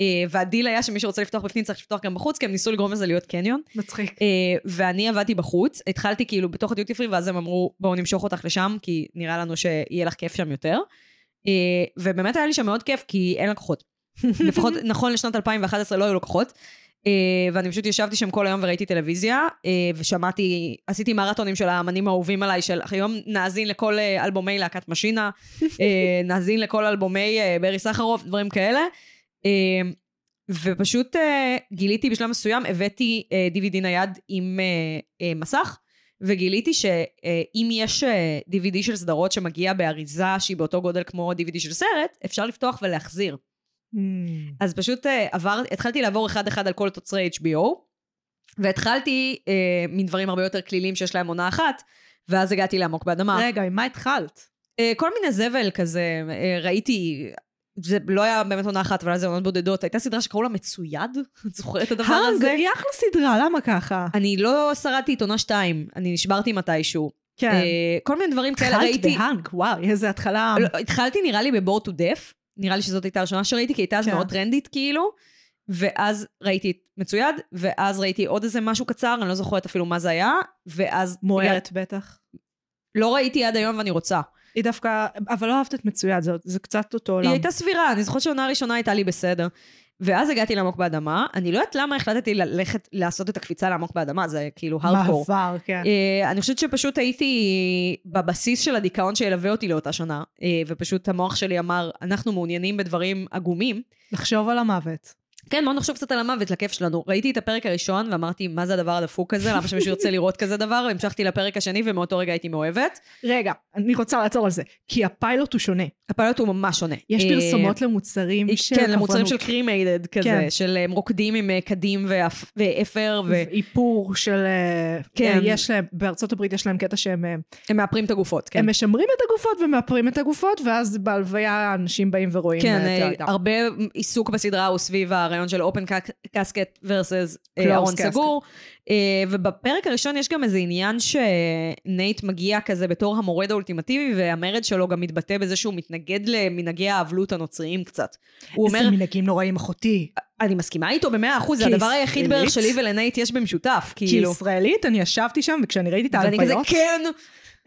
Speaker 2: אה, והדיל היה שמי שרוצה לפתוח בפנים צריך לפתוח גם בחוץ, כי הם ניסו לגרום לזה להיות קניון.
Speaker 1: מצחיק.
Speaker 2: אה, ואני עבדתי בחוץ, התחלתי כאילו בתוך הדיוטי פרי, ואז הם אמרו, בואו נמשוך אותך לשם, כי נראה לנו שיהיה לך כיף שם יותר. אה, ובאמת היה לי שם מאוד כיף, כי אין לקוחות. לפחות, נכון לשנת 2011 לא היו לקוחות. אה, ואני פשוט ישבתי שם כל היום וראיתי טלוויזיה, אה, ושמעתי, עשיתי מרתונים של האמנים האהובים עליי, של היום נאזין לכל אה, אלבומי להקת משינה, אה, נאזין לכל אלבומי אה, ברי סחרוף, דברים כאלה. אה, ופשוט אה, גיליתי בשלב מסוים, הבאתי אה, DVD נייד עם אה, אה, מסך, וגיליתי שאם יש אה, DVD של סדרות שמגיע באריזה שהיא באותו גודל כמו DVD של סרט, אפשר לפתוח ולהחזיר.
Speaker 1: Hmm.
Speaker 2: אז פשוט אה, עבר, התחלתי לעבור אחד-אחד על כל תוצרי HBO, והתחלתי אה, מדברים הרבה יותר כלילים שיש להם עונה אחת, ואז הגעתי לעמוק באדמה.
Speaker 1: רגע, עם מה התחלת?
Speaker 2: אה, כל מיני זבל כזה, אה, ראיתי, זה לא היה באמת עונה אחת, אבל אז זה עונות בודדות. הייתה סדרה שקראו לה מצויד? את זוכרת את הדבר
Speaker 1: האנג,
Speaker 2: הזה?
Speaker 1: היא אחלה סדרה, למה ככה?
Speaker 2: אני לא שרדתי את עונה שתיים, אני נשברתי מתישהו. אה, כל מיני דברים כאלה
Speaker 1: כן. התחלת
Speaker 2: ראיתי.
Speaker 1: בהאנג, וואי, איזה התחלה.
Speaker 2: לא, התחלתי נראה לי בבור טו דף, נראה לי שזאת הייתה הראשונה שראיתי, כי הייתה אז
Speaker 1: כן.
Speaker 2: מאוד טרנדית כאילו, ואז ראיתי את מצויד, ואז ראיתי עוד איזה משהו קצר, אני לא זוכרת אפילו מה זה היה, ואז...
Speaker 1: מוארת בטח.
Speaker 2: לא ראיתי עד היום ואני רוצה.
Speaker 1: היא דווקא, אבל לא אהבת את מצויד, זה- זה קצת אותו עולם.
Speaker 2: היא הייתה סבירה, אני זוכרת שהעונה הראשונה הייתה לי בסדר. ואז הגעתי לעמוק באדמה, אני לא יודעת למה החלטתי ללכת לעשות את הקפיצה לעמוק באדמה, זה כאילו הארדקור.
Speaker 1: מעבר, כן.
Speaker 2: אה, אני חושבת שפשוט הייתי בבסיס של הדיכאון שילווה אותי לאותה שנה, אה, ופשוט המוח שלי אמר, אנחנו מעוניינים בדברים עגומים.
Speaker 1: לחשוב על המוות.
Speaker 2: כן, בוא נחשוב קצת על המוות, לכיף שלנו. ראיתי את הפרק הראשון ואמרתי, מה זה הדבר הדפוק הזה? למה שמישהו ירצה לראות כזה דבר? המשכתי לפרק השני ומאותו רגע הייתי מאוהבת.
Speaker 1: רגע, אני רוצה לעצור על זה, כי הפיילוט הוא שונה.
Speaker 2: הפיילוט הוא ממש שונה.
Speaker 1: יש
Speaker 2: אה,
Speaker 1: פרסומות למוצרים של
Speaker 2: כן, למוצרים של
Speaker 1: כוונות.
Speaker 2: קרימיידד כזה,
Speaker 1: כן.
Speaker 2: של הם רוקדים עם אה, קדים ואפ- ואפר,
Speaker 1: איפור של... אה,
Speaker 2: כן.
Speaker 1: יש להם, בארצות הברית יש להם קטע שהם... אה,
Speaker 2: והם מאפרים את הגופות, כן.
Speaker 1: הם משמרים את הגופות ומאפרים את הגופות, ואז בהלוויה אנשים באים ורואים
Speaker 2: כן,
Speaker 1: אה,
Speaker 2: אה,
Speaker 1: את האדם.
Speaker 2: הרבה עיסוק בסדרה הוא סביב הרעיון של אופן קסקט versus
Speaker 1: Closed
Speaker 2: אה, ארון
Speaker 1: casket.
Speaker 2: סגור. אה, ובפרק הראשון יש גם איזה עניין שנייט מגיע כזה בתור המורד האולטימטיבי, והמרד שלו גם מתבטא בזה שהוא מתנגד למנהגי האבלות הנוצריים קצת. הוא אומר,
Speaker 1: איזה מנהגים נוראים אחותי.
Speaker 2: אני מסכימה איתו במאה אחוז, זה הדבר
Speaker 1: כישראלית?
Speaker 2: היחיד בערך שלי ולנייט יש במשותף, כאילו.
Speaker 1: כישראלית, אני ישבתי שם, וכשאני ראיתי את
Speaker 2: ואני כזה,
Speaker 1: ההלוויות,
Speaker 2: כן,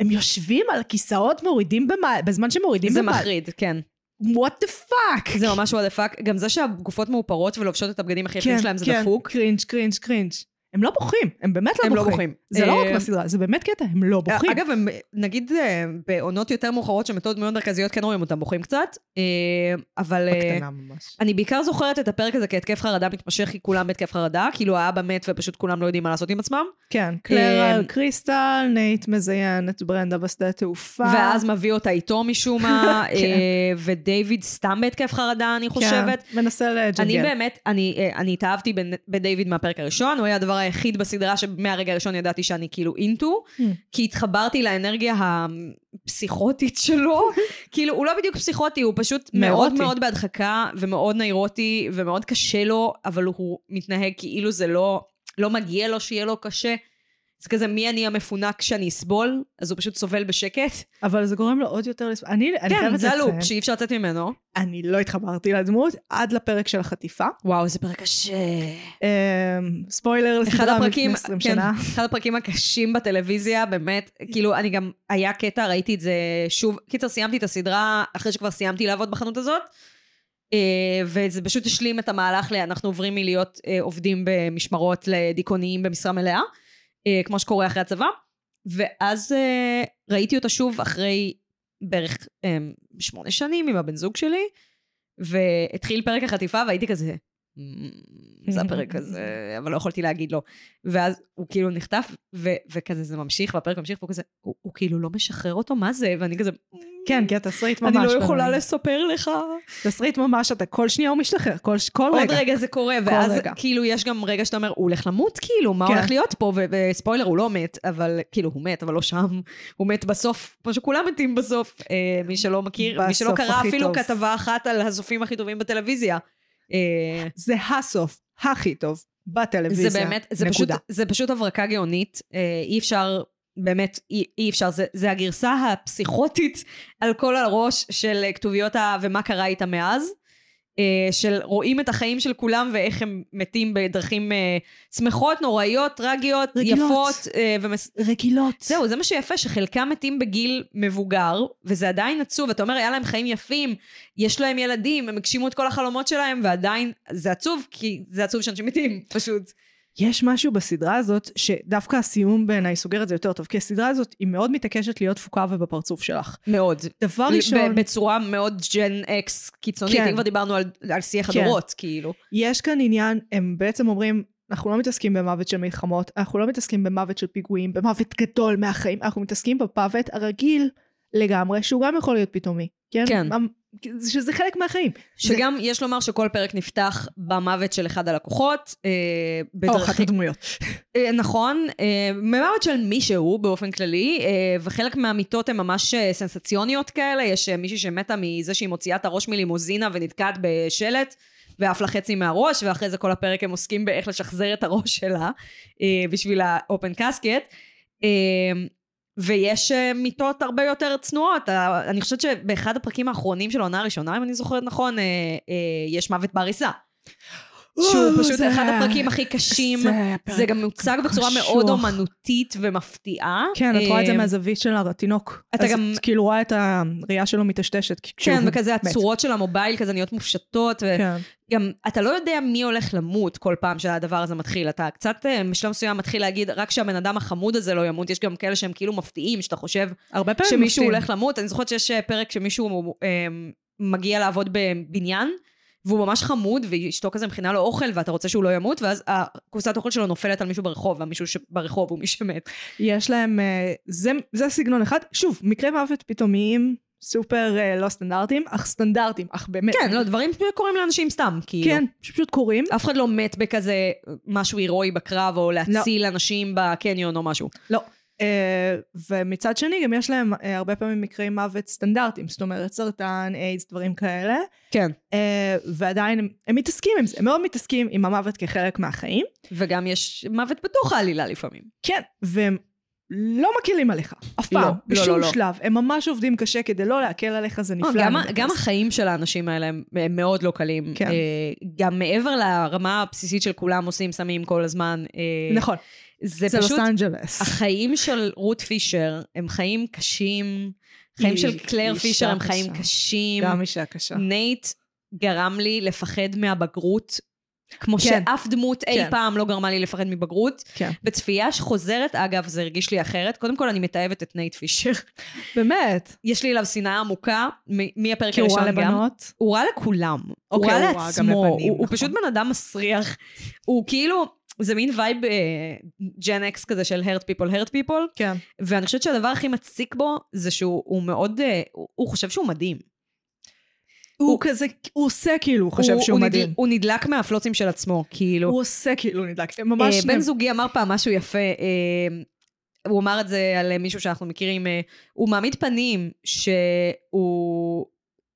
Speaker 1: הם יושבים על כיסאות, מורידים במע- בזמן שמורידים
Speaker 2: זה
Speaker 1: במע-
Speaker 2: מחריד, כן.
Speaker 1: what the fuck.
Speaker 2: זה ממש what the fuck. גם זה שהגופות מאופרות ולובשות את הבגדים הכי
Speaker 1: כן,
Speaker 2: יפים שלהם זה דפוק.
Speaker 1: קרינג', קרינג', קרינג'. הם לא בוכים, הם באמת לא
Speaker 2: הם לא
Speaker 1: בוכים.
Speaker 2: בוכים.
Speaker 1: זה לא
Speaker 2: אה,
Speaker 1: רק בסדרה, זה באמת קטע, הם לא בוכים.
Speaker 2: אגב, הם, נגיד אה, בעונות יותר מאוחרות שמתות דמויות מרכזיות כן רואים אותם בוכים קצת, אה, אבל אה,
Speaker 1: בקטנה ממש.
Speaker 2: אני בעיקר זוכרת את הפרק הזה כהתקף חרדה מתמשך, כי כולם בהתקף חרדה, כאילו האבא מת ופשוט כולם לא יודעים מה לעשות עם עצמם,
Speaker 1: כן, קלר
Speaker 2: אה,
Speaker 1: על קריסטל, נייט מזיין את ברנדה בשדה התעופה.
Speaker 2: ואז מביא אותה איתו משום מה,
Speaker 1: כן.
Speaker 2: אה, ודייוויד סתם בהתקף חרדה, אני חושבת.
Speaker 1: כן, מנסה
Speaker 2: אני
Speaker 1: לג'נגל.
Speaker 2: באמת, אני, אה, אני התאהבתי בנ- בדייוויד מהפרק הראשון, הוא היה הדבר היחיד בסדרה שמהרגע הראשון ידעתי שאני כאילו אינטו,
Speaker 1: Hmm.
Speaker 2: כי התחברתי לאנרגיה הפסיכוטית שלו. כאילו, הוא לא בדיוק פסיכוטי, הוא פשוט מאוד
Speaker 1: נאירוטי.
Speaker 2: מאוד בהדחקה, ומאוד נאירוטי, ומאוד קשה לו, אבל הוא מתנהג כאילו זה לא, לא מגיע לו שיהיה לו קשה. זה כזה מי אני המפונק שאני אסבול, אז הוא פשוט סובל בשקט.
Speaker 1: אבל זה גורם לו עוד יותר לס... אני, אני
Speaker 2: כן,
Speaker 1: חייבת
Speaker 2: זה
Speaker 1: לציין,
Speaker 2: הלופ שאי אפשר לצאת ממנו.
Speaker 1: אני לא התחברתי לדמות עד לפרק של החטיפה.
Speaker 2: וואו, איזה פרק קשה.
Speaker 1: אמ, ספוילר
Speaker 2: אחד
Speaker 1: לסדרה
Speaker 2: הפרקים,
Speaker 1: מלפני 20
Speaker 2: כן,
Speaker 1: שנה.
Speaker 2: אחד הפרקים הקשים בטלוויזיה, באמת, כאילו, אני גם, היה קטע, ראיתי את זה שוב, קיצר, סיימתי את הסדרה, אחרי שכבר סיימתי לעבוד בחנות הזאת, אה, וזה פשוט השלים את המהלך, ל- אנחנו עוברים מלהיות אה, עובדים במשמרות לדיכאוניים במשרה מלאה, אה, כמו שקורה אחרי הצבא, ואז אה, ראיתי אותה שוב אחרי בערך אה, שמונה שנים עם הבן זוג שלי, והתחיל פרק החטיפה והייתי כזה, "מ, זה הפרק הזה, אבל לא יכולתי להגיד לו. ואז הוא כאילו נחטף, ו- וכזה זה ממשיך, והפרק ממשיך, והוא כזה, הוא, הוא כאילו לא משחרר אותו, מה זה? ואני כזה,
Speaker 1: כן, כי התסריט ממש...
Speaker 2: אני לא יכולה
Speaker 1: בנוי.
Speaker 2: לספר לך.
Speaker 1: תסריט ממש, אתה כל שנייה הוא משתחרר, כל ש- כל
Speaker 2: עוד
Speaker 1: רגע.
Speaker 2: רגע זה קורה, ואז
Speaker 1: רגע.
Speaker 2: כאילו יש גם רגע שאתה אומר, הוא הולך למות, כאילו, מה
Speaker 1: כן.
Speaker 2: הולך להיות פה? ו- וספוילר, הוא לא מת, אבל כאילו, הוא מת, אבל לא שם. הוא מת בסוף, כמו שכולם מתים בסוף. אה, מי שלא מכיר, מי שלא
Speaker 1: בסוף
Speaker 2: קרא
Speaker 1: הכי
Speaker 2: אפילו
Speaker 1: טוב.
Speaker 2: כתבה אחת על הסופים הכי טובים בטלוויזיה. אה,
Speaker 1: זה הסוף הכי טוב בטלוויזיה.
Speaker 2: זה באמת, זה פשוט,
Speaker 1: נקודה.
Speaker 2: זה פשוט הברקה גאונית, אה, אי אפשר, באמת, אי, אי אפשר, זה, זה הגרסה הפסיכוטית על כל הראש של אה, כתוביות ה... ומה קרה איתה מאז, אה, של רואים את החיים של כולם ואיך הם מתים בדרכים אה, שמחות, נוראיות, טרגיות,
Speaker 1: רגילות.
Speaker 2: יפות, אה, ומס...
Speaker 1: רגילות.
Speaker 2: זהו, זה מה שיפה, שחלקם מתים בגיל מבוגר, וזה עדיין עצוב. אתה אומר, היה להם חיים יפים, יש להם ילדים, הם הגשימו את כל החלומות שלהם, ועדיין זה עצוב, כי זה עצוב שאנשים מתים, פשוט.
Speaker 1: יש משהו בסדרה הזאת, שדווקא הסיום בעיניי סוגר את זה יותר טוב, כי הסדרה הזאת היא מאוד מתעקשת להיות תפוקה ובפרצוף שלך.
Speaker 2: מאוד.
Speaker 1: דבר
Speaker 2: ב-
Speaker 1: ראשון,
Speaker 2: בצורה מאוד ג'ן אקס קיצונית,
Speaker 1: כן.
Speaker 2: אם כבר דיברנו על, על שיח
Speaker 1: כן.
Speaker 2: הדורות, כאילו.
Speaker 1: יש כאן עניין, הם בעצם אומרים, אנחנו לא מתעסקים במוות של מלחמות, אנחנו לא מתעסקים במוות של פיגועים, במוות גדול מהחיים, אנחנו מתעסקים במוות הרגיל, לגמרי, שהוא גם יכול להיות פתאומי. כן?
Speaker 2: כן.
Speaker 1: אמ- שזה חלק מהחיים.
Speaker 2: שגם יש לומר שכל פרק נפתח במוות של אחד הלקוחות, אה, בדרכים...
Speaker 1: הדמויות.
Speaker 2: אה, נכון, אה, ממוות של מישהו באופן כללי, אה, וחלק מהמיטות הן ממש אה, סנסציוניות כאלה, יש אה, מישהי שמתה מזה שהיא מוציאה את הראש מלימוזינה ונתקעת בשלט, ועף לה חצי מהראש, ואחרי זה כל הפרק הם עוסקים באיך לשחזר את הראש שלה, אה, בשביל האופן קסקט. אה, ויש אה, מיטות הרבה יותר צנועות. אה, אני חושבת שבאחד הפרקים האחרונים של העונה הראשונה, אם אני זוכרת נכון, אה, אה, יש מוות בעריסה. שהוא
Speaker 1: וואו,
Speaker 2: פשוט
Speaker 1: זה-
Speaker 2: אחד הפרקים הכי קשים.
Speaker 1: כן.
Speaker 2: זה גם מוצג בצורה מאוד
Speaker 1: קשוח.
Speaker 2: אומנותית ומפתיעה.
Speaker 1: כן, את רואה את זה
Speaker 2: אה,
Speaker 1: מהזווית של התינוק.
Speaker 2: אתה
Speaker 1: אז
Speaker 2: גם-
Speaker 1: את כאילו רואה את הראייה שלו מטשטשת. כי כשהוא
Speaker 2: כן, וכזה
Speaker 1: מת.
Speaker 2: הצורות של המובייל כזה נהיות מופשטות,
Speaker 1: כן.
Speaker 2: וגם אתה לא יודע מי הולך למות כל פעם שהדבר הזה מתחיל. אתה קצת אה, בשלב מסוים מתחיל להגיד, רק שהבן אדם החמוד הזה לא ימות, יש גם כאלה שהם כאילו מפתיעים, שאתה חושב
Speaker 1: הרבה פעמים
Speaker 2: שמישהו
Speaker 1: כן, מפתיעים.
Speaker 2: הולך למות. אני זוכרת שיש אה, פרק שמישהו אה, מגיע לעבוד בבניין, והוא ממש חמוד, ואשתו כזה מכינה לו אוכל, ואתה רוצה שהוא לא ימות, ואז הכוסת אוכל שלו נופלת על מישהו ברחוב, והמישהו שברחוב הוא מי שמת.
Speaker 1: יש להם, אה, זה, זה סגנון אחד. שוב, מקרי מוות פתאומיים, סופר אה, לא סטנדרטיים, אך סטנדרטיים, אך באמת.
Speaker 2: כן, לא, דברים קורים לאנשים סתם, כאילו.
Speaker 1: כן, שפשוט קורים.
Speaker 2: אף אחד לא מת בכזה משהו הירואי בקרב, או להציל אנשים בקניון או משהו.
Speaker 1: לא. אה, ומצד שני, גם יש להם אה, הרבה פעמים מקרי מוות סטנדרטיים, זאת אומרת, סרטן, איידס, דברים כאלה.
Speaker 2: כן.
Speaker 1: אה, ועדיין הם, הם מתעסקים עם זה, הם מאוד מתעסקים עם המוות כחלק מהחיים.
Speaker 2: וגם יש מוות בתוך העלילה לפעמים.
Speaker 1: כן, והם לא מקלים עליך, אף
Speaker 2: לא,
Speaker 1: פעם,
Speaker 2: לא,
Speaker 1: בשום
Speaker 2: לא, לא.
Speaker 1: שלב. הם ממש עובדים קשה כדי לא להקל עליך, זה נפלא.
Speaker 2: גם,
Speaker 1: אני מבאס.
Speaker 2: גם החיים של האנשים האלה הם הם מאוד לא קלים.
Speaker 1: כן.
Speaker 2: אה, גם מעבר לרמה הבסיסית של כולם עושים סמים כל הזמן. אה,
Speaker 1: נכון,
Speaker 2: זה,
Speaker 1: זה
Speaker 2: פשוט...
Speaker 1: לוס אנג'לס.
Speaker 2: החיים של רות פישר הם חיים קשים. חיים של
Speaker 1: היא- היא
Speaker 2: קלר
Speaker 1: אישה
Speaker 2: פישר הם
Speaker 1: קשה.
Speaker 2: חיים קשים.
Speaker 1: גם אישה קשה.
Speaker 2: נייט גרם לי לפחד מהבגרות, כמו
Speaker 1: כן.
Speaker 2: שאף דמות אי
Speaker 1: כן.
Speaker 2: פעם לא גרמה לי לפחד מבגרות.
Speaker 1: כן.
Speaker 2: בצפייה שחוזרת, אגב, זה הרגיש לי אחרת. קודם כל, אני מתעבת את נייט פישר.
Speaker 1: באמת.
Speaker 2: יש לי אליו שנאה עמוקה, מ- מהפרק
Speaker 1: כי הוא רע
Speaker 2: הראשון גם.
Speaker 1: לבנות.
Speaker 2: הוא רע לכולם. הוא
Speaker 1: אוקיי,
Speaker 2: רע
Speaker 1: הוא רע גם
Speaker 2: לעצמו.
Speaker 1: לבנים,
Speaker 2: הוא הוא
Speaker 1: נכון.
Speaker 2: פשוט בן אדם מסריח. הוא כאילו, זה מין וייב ג'ן אקס כזה של hurt people, hurt people.
Speaker 1: כן.
Speaker 2: ואני חושבת שהדבר הכי מציק בו, זה שהוא הוא מאוד, אה, הוא- הוא חושב שהוא מדהים.
Speaker 1: הוא כזה, הוא עושה כאילו, הוא חושב
Speaker 2: הוא-
Speaker 1: שהוא
Speaker 2: הוא
Speaker 1: מדהים.
Speaker 2: נדל, הוא נדלק מהפלוצים של עצמו, כאילו.
Speaker 1: הוא עושה כאילו נדלק. הם
Speaker 2: אה,
Speaker 1: ממש...
Speaker 2: בן זוגי אמר פעם משהו יפה, אה, הוא אמר את זה על אה, מישהו שאנחנו מכירים, אה, הוא מעמיד פנים שהוא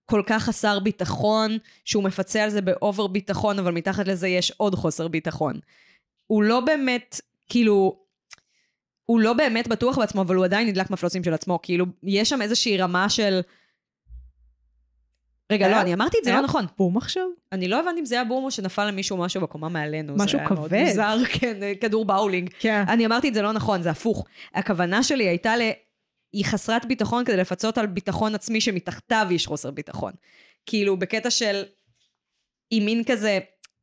Speaker 2: כל כך חסר ביטחון, שהוא מפצה על זה באובר ביטחון, אבל מתחת לזה יש עוד חוסר ביטחון. הוא לא באמת, כאילו... הוא לא באמת בטוח בעצמו, אבל הוא עדיין נדלק מהפלוצים של עצמו. כאילו, יש שם איזושהי רמה של... רגע, לא,
Speaker 1: היה-
Speaker 2: אני אמרתי את זה לא
Speaker 1: היה
Speaker 2: נכון.
Speaker 1: בום עכשיו?
Speaker 2: אני לא הבנתי אם זה היה בום או שנפל למישהו משהו בקומה מעלינו.
Speaker 1: משהו
Speaker 2: זה היה מאוד
Speaker 1: כבד.
Speaker 2: מוזר, כן, כדור באולינג.
Speaker 1: כן.
Speaker 2: אני אמרתי את זה לא נכון, זה הפוך. הכוונה שלי הייתה ל... היא חסרת ביטחון כדי לפצות על ביטחון עצמי שמתחתיו יש חוסר ביטחון. כאילו, בקטע של... היא מין כזה...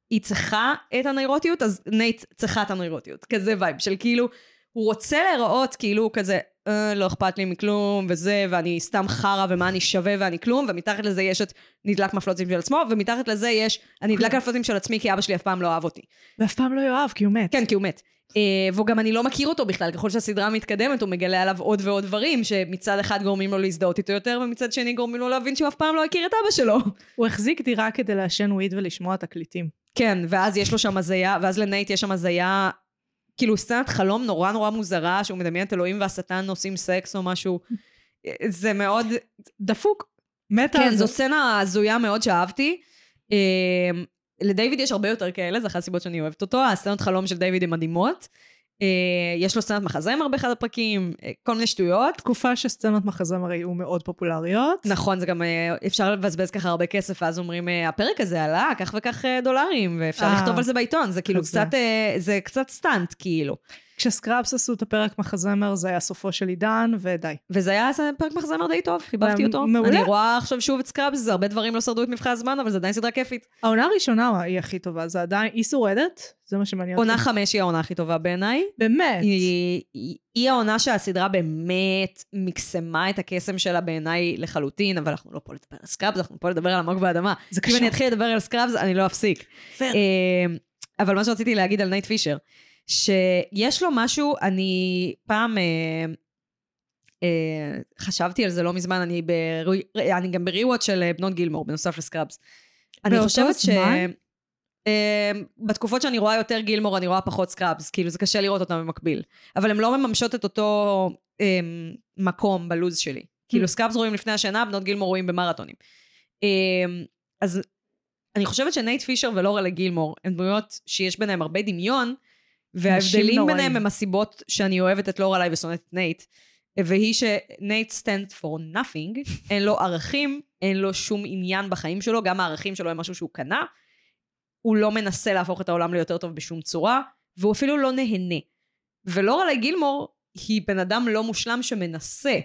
Speaker 2: היא צריכה את הנוירוטיות, אז נייט צריכה את הנוירוטיות. כזה וייב של כאילו... הוא רוצה להיראות כאילו הוא כזה, אה, לא אכפת לי מכלום, וזה, ואני סתם חרא, ומה אני שווה ואני כלום, ומתחת לזה יש את נדלק מהפלוצים של עצמו, ומתחת לזה יש, אני נדלק מהפלוצים של עצמי כי אבא שלי אף פעם לא אהב אותי.
Speaker 1: ואף פעם לא יאהב, כי הוא מת.
Speaker 2: כן, כי הוא מת. אה, והוא גם אני לא מכיר אותו בכלל, ככל שהסדרה מתקדמת הוא מגלה עליו עוד ועוד דברים שמצד אחד גורמים לו להזדהות איתו יותר ומצד שני גורמים לו להבין שהוא אף פעם לא הכיר את אבא שלו.
Speaker 1: הוא החזיק דירה כדי לעשן וויד ולשמוע תקליטים.
Speaker 2: כן, ואז יש לו שם הזיה, ואז לנייט יש שם הזיה, כאילו סצנת חלום נורא נורא מוזרה שהוא מדמיין את אלוהים והשטן עושים סקס או משהו. אה, זה מאוד,
Speaker 1: דפוק. מתה
Speaker 2: כן,
Speaker 1: על
Speaker 2: זו
Speaker 1: זה.
Speaker 2: סצנה הזויה מאוד שאהבתי. אמ, לדיוויד יש הרבה יותר כאלה, זו אחת הסיבות שאני אוהבת אותו. הסצנות חלום של דיוויד הן מדהימות. אה, יש לו סצנת מחזמר באחד הפרקים, אה, כל מיני שטויות.
Speaker 1: תקופה שסצנות מחזמר היו מאוד פופולריות.
Speaker 2: נכון, זה גם אה, אפשר לבזבז ככה הרבה כסף, ואז אומרים, אה, הפרק הזה עלה כך וכך אה, דולרים, ואפשר
Speaker 1: אה,
Speaker 2: לכתוב על זה בעיתון. זה כאילו
Speaker 1: כזה.
Speaker 2: קצת, אה, זה קצת סטנט, כאילו.
Speaker 1: כשסקראפס עשו את הפרק מחזמר זה היה סופו של עידן ודי.
Speaker 2: וזה היה פרק מחזמר די טוב, חיבבתי
Speaker 1: אה,
Speaker 2: אותו.
Speaker 1: מעולה.
Speaker 2: אני רואה עכשיו שוב את סקראבס, הרבה דברים לא שרדו את מבחן הזמן, אבל זה עדיין סדרה כיפית.
Speaker 1: העונה הראשונה היא הכי טובה, זה עדיין, היא שורדת, זה מה שמעניין
Speaker 2: עונה חמש היא העונה הכי טובה בעיניי.
Speaker 1: באמת.
Speaker 2: היא, היא- היא העונה שהסדרה באמת מקסמה את הקסם שלה בעיניי לחלוטין, אבל אנחנו לא פה לדבר על סקראבס, אנחנו פה לדבר על עמוק באדמה.
Speaker 1: זה
Speaker 2: אם
Speaker 1: קשה.
Speaker 2: אני אתחיל לדבר על סקראבס, אני לא אפסיק.
Speaker 1: פייר.
Speaker 2: אה, אבל מה שרציתי להגיד על נייט פישר, שיש לו משהו, אני פעם... אה, אה, חשבתי על זה לא מזמן, אני, ברי, אני גם בריוואט של אה, בנות גילמור, בנוסף לסקראבס. אני
Speaker 1: באותו
Speaker 2: חושבת ש...
Speaker 1: זמן?
Speaker 2: אה, בתקופות שאני רואה יותר גילמור, אני רואה פחות סקראבס, כאילו זה קשה לראות אותם במקביל. אבל הן לא מממשות את אותו אה, מקום בלוז שלי.
Speaker 1: Hmm.
Speaker 2: כאילו סקראבס רואים לפני השינה, בנות גילמור רואים במרתונים. אה, אז אני חושבת שנייט פישר ולורה לגילמור הן דמויות שיש ביניהן הרבה דמיון, וההבדלים
Speaker 1: נוראים.
Speaker 2: ביניהם הם הסיבות שאני אוהבת את לורלאי ושונאת את נייט, והיא שנייט stands for nothing, אין לו ערכים, אין לו שום עניין בחיים שלו, גם הערכים שלו הם משהו שהוא קנה, הוא לא מנסה להפוך את העולם ליותר טוב בשום צורה, והוא אפילו לא נהנה. ולורלאי גילמור היא בן אדם לא מושלם שמנסה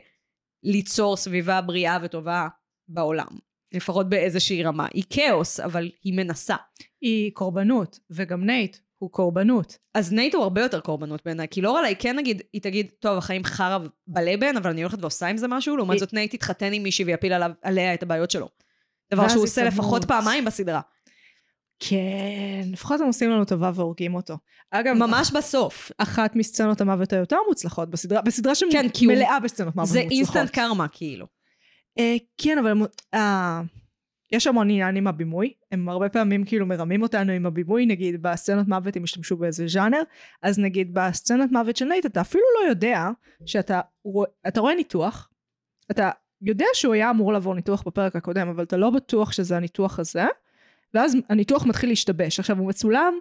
Speaker 2: ליצור סביבה בריאה וטובה בעולם. לפחות באיזושהי רמה. היא כאוס, אבל היא מנסה.
Speaker 1: היא קורבנות, וגם נייט הוא קורבנות.
Speaker 2: אז נייט הוא הרבה יותר קורבנות בעיניי, כי לורלאי כן נגיד, היא תגיד, טוב, החיים חרא בלבן, אבל אני הולכת ועושה עם זה משהו, לעומת
Speaker 1: היא-
Speaker 2: זאת נייט תתחתן עם מישהי ויפיל עליו, עליה את הבעיות שלו. דבר
Speaker 1: ואז
Speaker 2: שהוא
Speaker 1: היא
Speaker 2: עושה לפחות
Speaker 1: תמות.
Speaker 2: פעמיים בסדרה.
Speaker 1: כן, לפחות הם עושים לנו טובה והורגים אותו. אגב,
Speaker 2: ממש בסוף.
Speaker 1: אחת מסצנות המוות היותר מוצלחות בסדרה, בסדרה
Speaker 2: כן, כי הוא-
Speaker 1: שמלאה בסצנות מוות
Speaker 2: זה
Speaker 1: מוצלחות.
Speaker 2: אינסטנט קרמה, כאילו.
Speaker 1: אה, כן, אבל הם- אה, יש המון עניין עם הבימוי, הם הרבה פעמים כאילו מרמים אותנו עם הבימוי, נגיד בסצנות מוות הם השתמשו באיזה ז'אנר, אז נגיד בסצנת מוות של נייט אתה אפילו לא יודע שאתה רוא- אתה רואה ניתוח, אתה יודע שהוא היה אמור לעבור ניתוח בפרק הקודם, אבל אתה לא בטוח שזה הניתוח הזה, ואז הניתוח מתחיל להשתבש. עכשיו הוא מצולם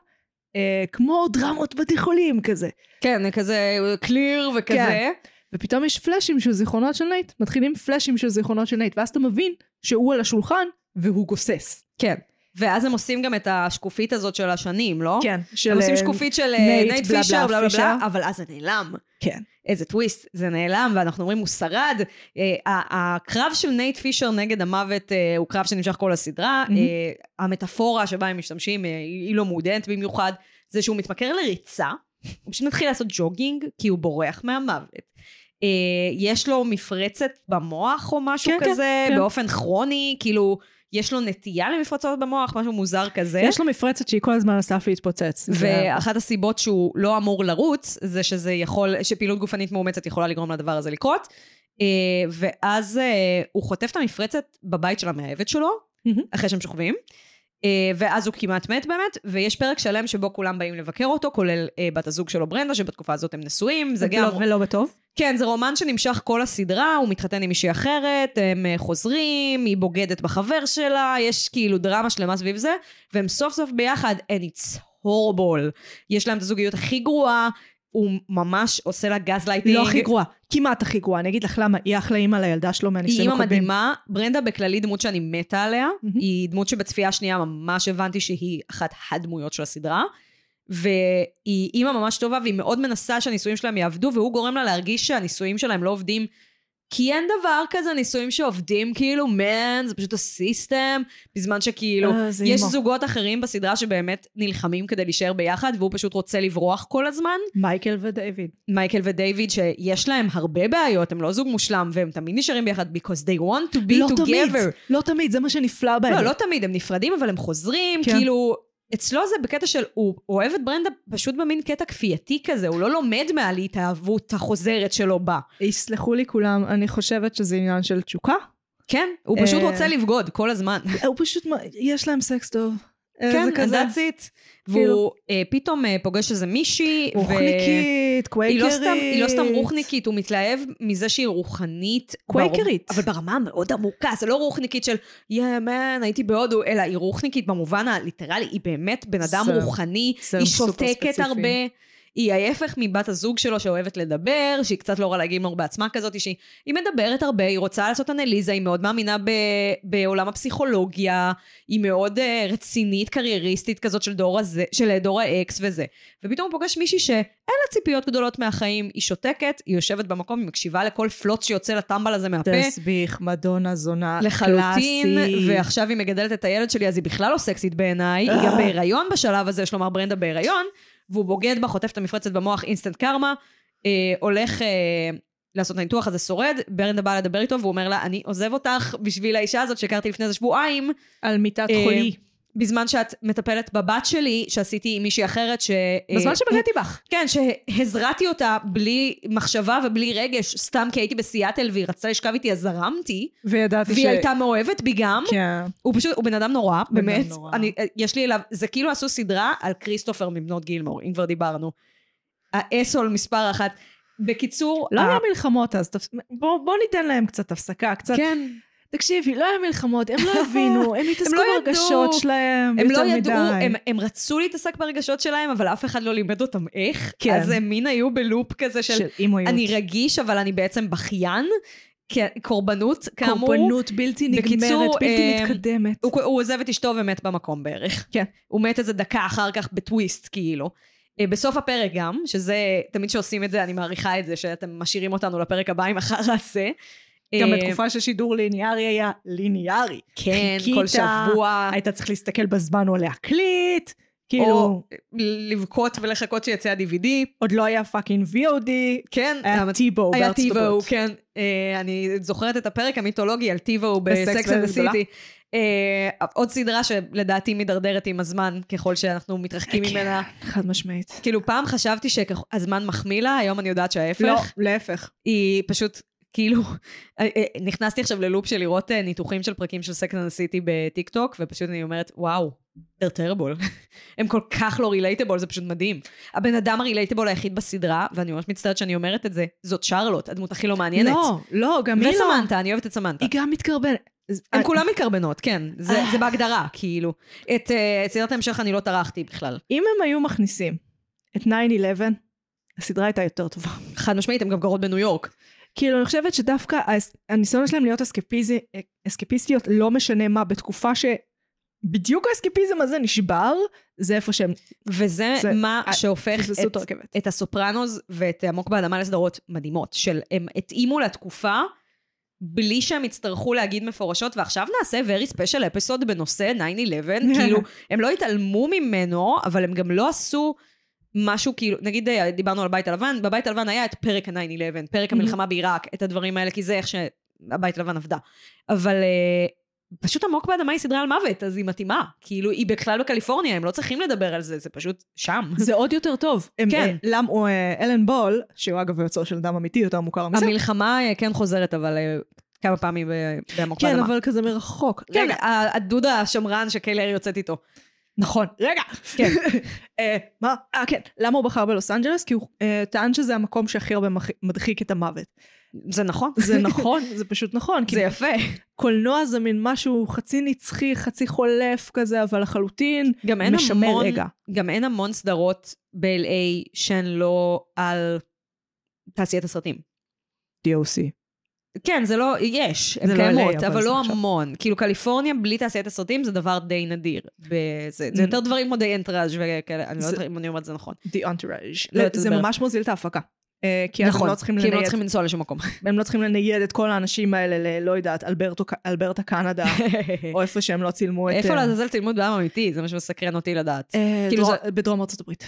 Speaker 1: אה, כמו דרמות בתי חולים כזה,
Speaker 2: כן, כזה קליר וכזה.
Speaker 1: כן. ופתאום יש פלאשים של זיכרונות של נייט, מתחילים פלאשים של זיכרונות של נייט, ואז אתה מבין שהוא על השולחן והוא גוסס.
Speaker 2: כן. ואז הם עושים גם את השקופית הזאת של השנים, לא?
Speaker 1: כן. של...
Speaker 2: הם עושים
Speaker 1: אה,
Speaker 2: שקופית של אה,
Speaker 1: נייט,
Speaker 2: נייט
Speaker 1: בלה,
Speaker 2: פישר,
Speaker 1: בלה,
Speaker 2: בלה בלה בלה,
Speaker 1: פישר.
Speaker 2: אבל אז זה נעלם.
Speaker 1: כן.
Speaker 2: איזה טוויסט, זה נעלם, ואנחנו אומרים, הוא שרד. אה, ה- הקרב של נייט פישר נגד המוות אה, הוא קרב שנמשך כל הסדרה.
Speaker 1: מהמם.
Speaker 2: אה, המטאפורה שבה הם משתמשים, אה, היא היא לא מעודנת במיוחד, זה שהוא מתמכר לריצה, הוא פשוט מתחיל לעשות ג'וגינג, כי הוא בורח מהמוות. אה, יש לו מפרצת במוח או משהו
Speaker 1: כן, כן,
Speaker 2: כזה,
Speaker 1: כן.
Speaker 2: באופן כרוני, כאילו, יש לו נטייה למפרצות במוח, משהו מוזר כזה.
Speaker 1: יש לו מפרצת שהיא כל הזמן על סף להתפוצץ. זה-
Speaker 2: ואחת הסיבות שהוא לא אמור לרוץ, זה שזה יכול, שפעילות גופנית מאומצת יכולה לגרום לדבר הזה לקרות. אה, ואז אה, הוא חוטף את המפרצת בבית של המאהבת שלו,
Speaker 1: מהמם.
Speaker 2: אחרי שהם שוכבים. אה, ואז הוא כמעט מת באמת, ויש פרק שלם שבו כולם באים לבקר אותו, כולל אה, בת הזוג שלו ברנדה, שבתקופה הזאת הם נשואים, זה גם...
Speaker 1: לא- ולא בטוב.
Speaker 2: כן, זה רומן שנמשך כל הסדרה, הוא מתחתן עם מישהי אחרת, הם אה, חוזרים, היא בוגדת בחבר שלה, יש כאילו דרמה שלמה סביב זה, והם סוף סוף ביחד, and it's horrible. יש להם את הזוגיות הכי גרועה, הוא ממש עושה לה גז לייטינג.
Speaker 1: לא הכי גרועה, כמעט הכי גרועה. אני אגיד לך למה, היא אחלה אימא לילדה שלו
Speaker 2: היא
Speaker 1: מהנישואים
Speaker 2: אימא
Speaker 1: הקודמים.
Speaker 2: מדהימה, ברנדה בכללי דמות שאני מתה עליה,
Speaker 1: מהמם.
Speaker 2: היא דמות שבצפייה השנייה ממש הבנתי שהיא אחת הדמויות של הסדרה, והיא אימא ממש טובה והיא מאוד מנסה שהניסויים שלהם יעבדו, והוא גורם לה להרגיש שהניסויים שלהם לא עובדים. כי אין דבר כזה ניסויים שעובדים כאילו, מן, זה פשוט הסיסטם, בזמן שכאילו,
Speaker 1: אה, זה
Speaker 2: כאילו, יש
Speaker 1: אימו.
Speaker 2: זוגות אחרים בסדרה שבאמת נלחמים כדי להישאר ביחד, והוא פשוט רוצה לברוח כל הזמן.
Speaker 1: מייקל ודייוויד.
Speaker 2: מייקל ודייוויד, שיש להם הרבה בעיות, הם לא זוג מושלם, והם תמיד נשארים ביחד, because they want to be
Speaker 1: לא
Speaker 2: together.
Speaker 1: תמיד, לא תמיד, זה מה שנפלא בהם.
Speaker 2: לא, לא תמיד, הם נפרדים, אבל הם חוזרים,
Speaker 1: כן.
Speaker 2: כאילו... אצלו זה בקטע של, הוא אוהב את ברנדה פשוט במין קטע כפייתי כזה, הוא לא לומד מעל התאהבות החוזרת שלו בה.
Speaker 1: יסלחו לי כולם, אני חושבת שזה עניין של תשוקה.
Speaker 2: כן, הוא פשוט
Speaker 1: אה.
Speaker 2: רוצה לבגוד כל הזמן.
Speaker 1: הוא פשוט, מ- יש להם סקס טוב. אה,
Speaker 2: כן,
Speaker 1: זה כזה.
Speaker 2: that's it.
Speaker 1: כאילו-
Speaker 2: והוא אה, פתאום אה, פוגש איזה מישהי, ו-
Speaker 1: רוחניקית,
Speaker 2: היא
Speaker 1: קווייקרית.
Speaker 2: לא סתם- היא לא סתם רוחניקית, הוא מתלהב מזה שהיא רוחנית.
Speaker 1: קווייקרית.
Speaker 2: ברמה- אבל ברמה המאוד עמוקה, זה לא רוחניקית של, יא מן, הייתי בהודו, אלא היא רוחניקית במובן הליטרלי, היא באמת בן אדם
Speaker 1: זה-
Speaker 2: רוחני,
Speaker 1: זה
Speaker 2: היא
Speaker 1: סופר
Speaker 2: שותקת
Speaker 1: ספציפי.
Speaker 2: הרבה. היא ההפך מבת הזוג שלו שאוהבת לדבר, שהיא קצת לא רלה גילמור בעצמה כזאת, שהיא היא מדברת הרבה, היא רוצה לעשות אנליזה, היא מאוד מאמינה ב, בעולם הפסיכולוגיה, היא מאוד אה, רצינית, קרייריסטית כזאת של דור, הזה, של אה, דור האקס וזה. ופתאום הוא פוגש מישהי שאין לה ציפיות גדולות מהחיים, היא שותקת, היא יושבת במקום, היא מקשיבה לכל פלוץ שיוצא לטמבל הזה מהפה.
Speaker 1: תסביך, מדונה, זונה,
Speaker 2: לחלוטין,
Speaker 1: קלאסי.
Speaker 2: ועכשיו היא מגדלת את הילד שלי, אז היא בכלל לא סקסית בעיניי, היא גם בהיריון בשלב הזה, יש לומר ברנדה בהיריון, והוא בוגד בה, חוטף את המפרצת במוח, אינסטנט קרמה, אה, הולך אה, לעשות את הניתוח הזה, שורד, ברנדה באה לדבר איתו, והוא אומר לה, אני עוזב אותך בשביל האישה הזאת שהכרתי לפני איזה שבועיים,
Speaker 1: על מיטת
Speaker 2: אה,
Speaker 1: חולי.
Speaker 2: בזמן שאת מטפלת בבת שלי, שעשיתי עם מישהי אחרת, ש...
Speaker 1: בזמן
Speaker 2: אה,
Speaker 1: שבגדתי בך.
Speaker 2: כן, שהזרעתי אותה בלי מחשבה ובלי רגש, סתם כי הייתי בסיאטל והיא רצתה לשכב איתי, אז זרמתי.
Speaker 1: וידעתי ש...
Speaker 2: והיא הייתה מאוהבת בי גם.
Speaker 1: כן.
Speaker 2: הוא פשוט, הוא בן אדם נורא,
Speaker 1: בן אדם
Speaker 2: באמת.
Speaker 1: נורא.
Speaker 2: אני, אה, יש לי אליו, זה כאילו עשו סדרה על כריסטופר מבנות גילמור, אם כבר דיברנו. האסול מספר אחת. בקיצור,
Speaker 1: לא
Speaker 2: ה-
Speaker 1: היה מלחמות אז, תפס- בוא בוא ניתן להם קצת הפסקה, קצת...
Speaker 2: כן.
Speaker 1: תקשיבי, לא היה מלחמות, הם לא הבינו, הם התעסקו
Speaker 2: לא ידעו.
Speaker 1: ברגשות שלהם
Speaker 2: הם
Speaker 1: יותר
Speaker 2: לא
Speaker 1: מדי.
Speaker 2: ידעו, הם, הם רצו להתעסק ברגשות שלהם, אבל אף אחד לא לימד אותם איך.
Speaker 1: כן.
Speaker 2: אז הם מין היו בלופ כזה של,
Speaker 1: של אימויות.
Speaker 2: אני רגיש, אבל אני בעצם בכיין. כן, קורבנות, כאמור.
Speaker 1: קורבנות בלתי נגמרת,
Speaker 2: בקיצור,
Speaker 1: בלתי
Speaker 2: אמ,
Speaker 1: מתקדמת.
Speaker 2: הוא, הוא עוזב את אשתו ומת במקום בערך.
Speaker 1: כן.
Speaker 2: הוא מת איזה דקה אחר כך בטוויסט, כאילו. אה, בסוף הפרק גם, שזה, תמיד כשעושים את זה, אני מעריכה את זה, שאתם משאירים אותנו לפרק הבא עם אחר הזה.
Speaker 1: גם
Speaker 2: אה,
Speaker 1: בתקופה ששידור ליניארי היה ליניארי.
Speaker 2: כן,
Speaker 1: חיכית, אה,
Speaker 2: כל שבוע,
Speaker 1: היית צריך להסתכל בזמן או להקליט,
Speaker 2: או
Speaker 1: כאילו,
Speaker 2: לבכות ולחכות שיצא ה-DVD.
Speaker 1: עוד לא היה פאקינג VOD,
Speaker 2: כן,
Speaker 1: היה
Speaker 2: המצב-
Speaker 1: טיבו
Speaker 2: היה
Speaker 1: בארצות
Speaker 2: טיבו,
Speaker 1: הברית.
Speaker 2: כן. אה, אני זוכרת את הפרק המיתולוגי על טיבו
Speaker 1: בסקס
Speaker 2: בסקס אנד
Speaker 1: וגדולה.
Speaker 2: סיטי. עוד סדרה שלדעתי מידרדרת עם הזמן, ככל שאנחנו מתרחקים
Speaker 1: כן.
Speaker 2: ממנה.
Speaker 1: חד משמעית.
Speaker 2: כאילו פעם חשבתי שהזמן מחמיא לה, היום אני יודעת שההפך.
Speaker 1: לא, להפך.
Speaker 2: היא פשוט, כאילו, אה, אה, נכנסתי עכשיו ללופ של לראות אה, ניתוחים של פרקים של סקנד סיטי בטיק טוק, ופשוט אני אומרת, וואו, they're terrible. הם כל כך לא רילייטבול, זה פשוט מדהים. הבן אדם הרילייטבול היחיד בסדרה, ואני ממש מצטערת שאני אומרת את זה, זאת שרלוט, הדמות הכי לא מעניינת.
Speaker 1: לא, לא, גם היא לא.
Speaker 2: וסמנתה, אני אוהבת את סמנתה.
Speaker 1: היא אה. גם אה, מתקרבנת.
Speaker 2: הן כולן מתקרבנות, כן. זה זה בהגדרה, כאילו. את אה, את סדרת ההמשך אני לא טרחתי בכלל.
Speaker 1: אם הם היו מכניסים את 9-11, הסדרה הייתה יותר טובה.
Speaker 2: חד משמעית, הן גם גרות בניו יורק.
Speaker 1: כאילו, אני חושבת שדווקא האס- הניסיון שלהם להיות אסקפיזי, אסקפיסטיות, לא משנה מה, בתקופה שבדיוק האסקפיזם הזה נשבר, זה איפה שהם
Speaker 2: וזה
Speaker 1: זה-
Speaker 2: מה
Speaker 1: אה,
Speaker 2: שהופך
Speaker 1: פספסו
Speaker 2: את
Speaker 1: את הרכבת.
Speaker 2: את הסופרנוס ואת עמוק באדמה לסדרות מדהימות, של הם התאימו לתקופה בלי שהם יצטרכו להגיד מפורשות, ועכשיו נעשה very special episode בנושא 9-11, כאילו, הם לא התעלמו ממנו, אבל הם גם לא עשו משהו כאילו, נגיד אה, דיברנו על הבית הלבן, בבית הלבן היה את פרק ה-9-11, פרק המלחמה בעיראק, את הדברים האלה, כי זה איך שהבית הלבן עבדה. אבל... אה, פשוט עמוק באדמה היא סדרה על מוות, אז היא מתאימה. כאילו, היא בכלל בקליפורניה, הם לא צריכים לדבר על זה, זה פשוט שם.
Speaker 1: זה עוד יותר טוב.
Speaker 2: כן.
Speaker 1: כן. למה הוא, אה, אלן בול, שהוא אגב היוצר של דם אמיתי, יותר מוכר מזה.
Speaker 2: המלחמה אה, כן חוזרת, אבל אה, כמה פעמים אה, ב- בעמוק
Speaker 1: כן,
Speaker 2: באדמה.
Speaker 1: אבל כזה מרחוק.
Speaker 2: כן,
Speaker 1: רגע,
Speaker 2: ה- הדוד השמרן שקלר יוצאת איתו.
Speaker 1: נכון, רגע.
Speaker 2: כן.
Speaker 1: אה, מה? אה, כן. למה הוא בחר בלוס אנג'לס? כי הוא אה, טען שזה המקום שהכי הרבה מח- מדחיק את המוות.
Speaker 2: זה נכון.
Speaker 1: זה נכון, זה פשוט נכון. כי
Speaker 2: זה יפה.
Speaker 1: קולנוע זה מין משהו חצי נצחי, חצי חולף כזה, אבל לחלוטין
Speaker 2: גם אין
Speaker 1: משמר
Speaker 2: המון,
Speaker 1: רגע.
Speaker 2: גם אין המון סדרות ב-LA שהן לא על תעשיית הסרטים.
Speaker 1: DOC.
Speaker 2: כן, זה לא, יש,
Speaker 1: זה
Speaker 2: הן
Speaker 1: לא LA,
Speaker 2: קיימות,
Speaker 1: אבל
Speaker 2: אבל
Speaker 1: זה
Speaker 2: לא
Speaker 1: עכשיו.
Speaker 2: המון. כאילו קליפורניה בלי תעשיית הסרטים זה דבר די נדיר. בזה- זה
Speaker 1: Mm.
Speaker 2: יותר דברים כמו די אנטראז' וכאלה, אני לא
Speaker 1: זה-
Speaker 2: יודעת אם אני אומרת את זה נכון.
Speaker 1: The Entourage.
Speaker 2: לא
Speaker 1: לא,
Speaker 2: יודעת
Speaker 1: זה
Speaker 2: לדבר.
Speaker 1: ממש מוזיל את ההפקה. אה, כי אז הם לא צריכים
Speaker 2: כי הם לא
Speaker 1: לנייד,
Speaker 2: צריכים לנסוע לשום מקום.
Speaker 1: הם לא צריכים לנייד את כל האנשים האלה ללא יודעת, אלברטו- אלברטה קנדה, או איפה שהם לא צילמו את...
Speaker 2: איפה
Speaker 1: אה,
Speaker 2: לעזאזל צילמו דם אמיתי? זה מה שמסקרן אותי לדעת.
Speaker 1: אה,
Speaker 2: כאילו
Speaker 1: דרום- בדרום ארצות הברית.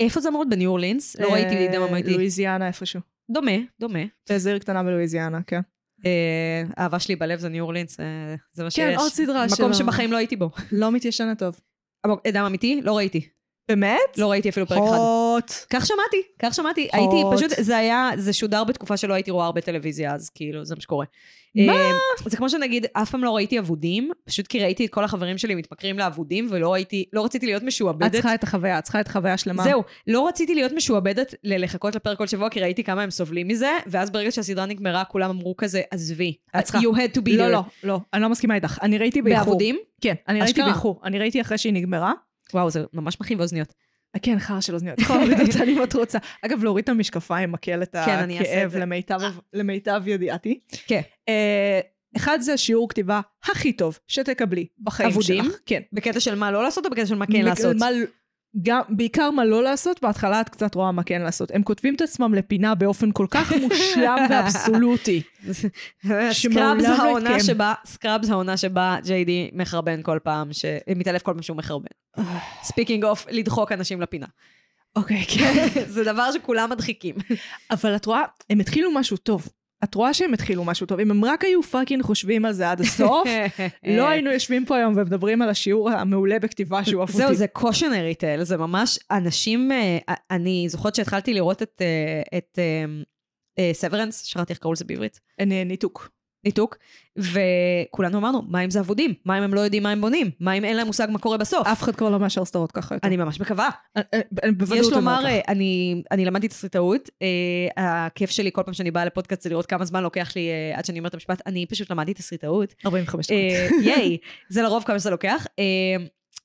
Speaker 2: איפה זה אמור להיות? בניו אורלינס? לא ראיתי
Speaker 1: אה,
Speaker 2: דם אמיתי.
Speaker 1: לואיזיאנה איפשהו.
Speaker 2: דומה, דומה.
Speaker 1: באיזה עיר קטנה בלואיזיאנה, כן.
Speaker 2: אה, האהבה שלי בלב זה ניו אורלינס, אה, זה מה שיש.
Speaker 1: כן, עוד סדרה
Speaker 2: מקום
Speaker 1: שלו.
Speaker 2: שבחיים לא הייתי בו.
Speaker 1: לא מתיישנת טוב.
Speaker 2: אבל, אה, דם אמיתי? לא ראיתי.
Speaker 1: באמת?
Speaker 2: לא ראיתי אפילו פרק אחד.
Speaker 1: הוט.
Speaker 2: כך שמעתי, כך שמעתי.
Speaker 1: הוט.
Speaker 2: הייתי, פשוט, זה היה, זה שודר בתקופה שלא הייתי רואה הרבה טלוויזיה, אז כאילו, זה מה שקורה.
Speaker 1: מה?
Speaker 2: אה, זה כמו שנגיד, אף פעם לא ראיתי אבודים, פשוט כי ראיתי את כל החברים שלי מתמכרים לאבודים, ולא הייתי, לא רציתי להיות
Speaker 1: את
Speaker 2: משועבדת.
Speaker 1: צריכה את החוויה, את צריכה את החוויה שלמה.
Speaker 2: זהו, לא רציתי להיות משועבדת ללחכות לפרק כל שבוע, כי ראיתי כמה הם סובלים מזה, ואז ברגע שהסדרה נגמרה, כולם אמרו כזה, עזבי,
Speaker 1: את צריכה-
Speaker 2: you had to be
Speaker 1: לא,
Speaker 2: there.
Speaker 1: לא, לא, אני לא מסכימה איתך. אני ראיתי באיחור.
Speaker 2: באבודים?
Speaker 1: כן, אני ראיתי
Speaker 2: אשכרה.
Speaker 1: באיחור. אני ראיתי אחרי שהיא נגמרה.
Speaker 2: וואו, זה ממש מכאיב אוזניות.
Speaker 1: אה, כן, חרא של אוזניות. את יכולה להוריד אותן אם את רוצה. אגב, להוריד את המשקפיים מקל את
Speaker 2: כן, אני אעשה את
Speaker 1: הכאב
Speaker 2: זה. אה.
Speaker 1: למיטב- למיטב ידיעתי.
Speaker 2: כן.
Speaker 1: אה, אחד זה השיעור כתיבה הכי טוב שתקבלי בחיים שלך.
Speaker 2: עבודים?
Speaker 1: כן.
Speaker 2: בקטע של מה לא לעשות, או בקטע של מה כן לעשות?
Speaker 1: מה, גם, בעיקר מה לא לעשות, בהתחלה את קצת רואה מה כן לעשות. הם כותבים את עצמם לפינה באופן כל כך מושלם ואבסולוטי.
Speaker 2: סקראבס
Speaker 1: שמעולם
Speaker 2: העונה
Speaker 1: כן.
Speaker 2: שבה, סקראבס העונה שבה ג'יי די מחרבן כל פעם, ש- מתעלף כל פעם שהוא מחרבן. ספיקינג אוף, לדחוק אנשים לפינה.
Speaker 1: אוקיי, כן.
Speaker 2: זה דבר שכולם מדחיקים.
Speaker 1: אבל את רואה, הם התחילו משהו טוב. את רואה שהם התחילו משהו טוב. אם הם רק היו פאקינג חושבים על זה עד הסוף,
Speaker 2: כן.
Speaker 1: לא היינו יושבים פה היום ומדברים על השיעור המעולה בכתיבה שהוא עף אותי.
Speaker 2: זהו, זה קושנרי טל, זה ממש אנשים, אה, אני זוכרת שהתחלתי לראות את, אה, את סוורנס, שכחתי איך קראו לזה בעברית,
Speaker 1: אין, אה, ניתוק.
Speaker 2: ניתוק, וכולנו אמרנו, מה אם זה אבודים? מה אם הם לא יודעים מה הם בונים? מה אם אין להם מושג מה קורה בסוף?
Speaker 1: אף אחד כבר לא מאשר סדרות ככה יותר.
Speaker 2: אני ממש מקווה.
Speaker 1: אה, אה, בוודאות
Speaker 2: יש
Speaker 1: אומר
Speaker 2: לומר,
Speaker 1: ככה.
Speaker 2: אה, אני, אני למדתי תסריטאות, אה, הכיף שלי כל פעם שאני באה לפודקאסט זה לראות כמה זמן לוקח לי אה, עד שאני אומרת את המשפט, אני פשוט למדתי תסריטאות.
Speaker 1: 45 דקות.
Speaker 2: אה, ייי, זה לרוב כמה שזה לוקח. אה,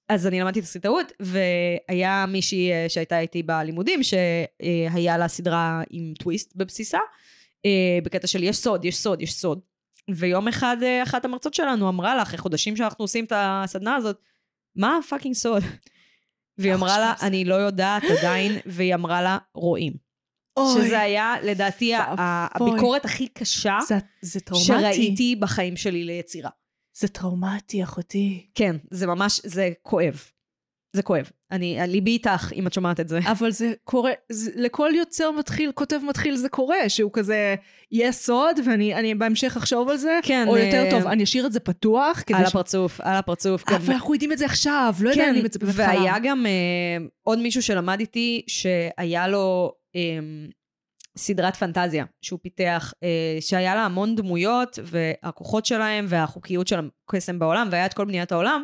Speaker 2: אז אני למדתי תסריטאות, והיה מישהי אה, שהייתה איתי בלימודים, שהיה לה סדרה עם טוויסט בבסיסה, אה, בקטע של יש סוד, יש סוד, יש סוד. ויום אחד אה, אחת המרצות שלנו אמרה לה, אחרי חודשים שאנחנו עושים את הסדנה הזאת, מה הפאקינג סוד? והיא אמרה לה, אני לא יודעת עדיין, והיא אמרה לה, רואים.
Speaker 1: אוי, אה?
Speaker 2: שזה היה, לדעתי, ה- ה-
Speaker 1: ואבוי.
Speaker 2: הביקורת הכי קשה
Speaker 1: זה- זה טראומטי.
Speaker 2: שראיתי בחיים שלי ליצירה.
Speaker 1: זה טראומטי, אחותי.
Speaker 2: כן, זה ממש, זה כואב. זה כואב. אני, ליבי איתך אם את שומעת את זה.
Speaker 1: אבל זה קורה, זה, לכל יוצר מתחיל, כותב מתחיל זה קורה, שהוא כזה, יהיה סוד, ואני אני בהמשך אחשוב על זה,
Speaker 2: כן,
Speaker 1: או יותר
Speaker 2: אה,
Speaker 1: טוב, אני אשאיר את זה פתוח, כדי
Speaker 2: על
Speaker 1: ש...
Speaker 2: הפרצוף, על הפרצוף. כן.
Speaker 1: אה,
Speaker 2: גם-
Speaker 1: אבל אנחנו יודעים את זה עכשיו, לא
Speaker 2: כן,
Speaker 1: ידענו את זה בהתחלה.
Speaker 2: והיה גם אה, עוד מישהו שלמד איתי, שהיה לו אה, סדרת פנטזיה שהוא פיתח, אה, שהיה לה המון דמויות, והכוחות שלהם, והחוקיות של הקסם בעולם, והיה את כל בניית העולם.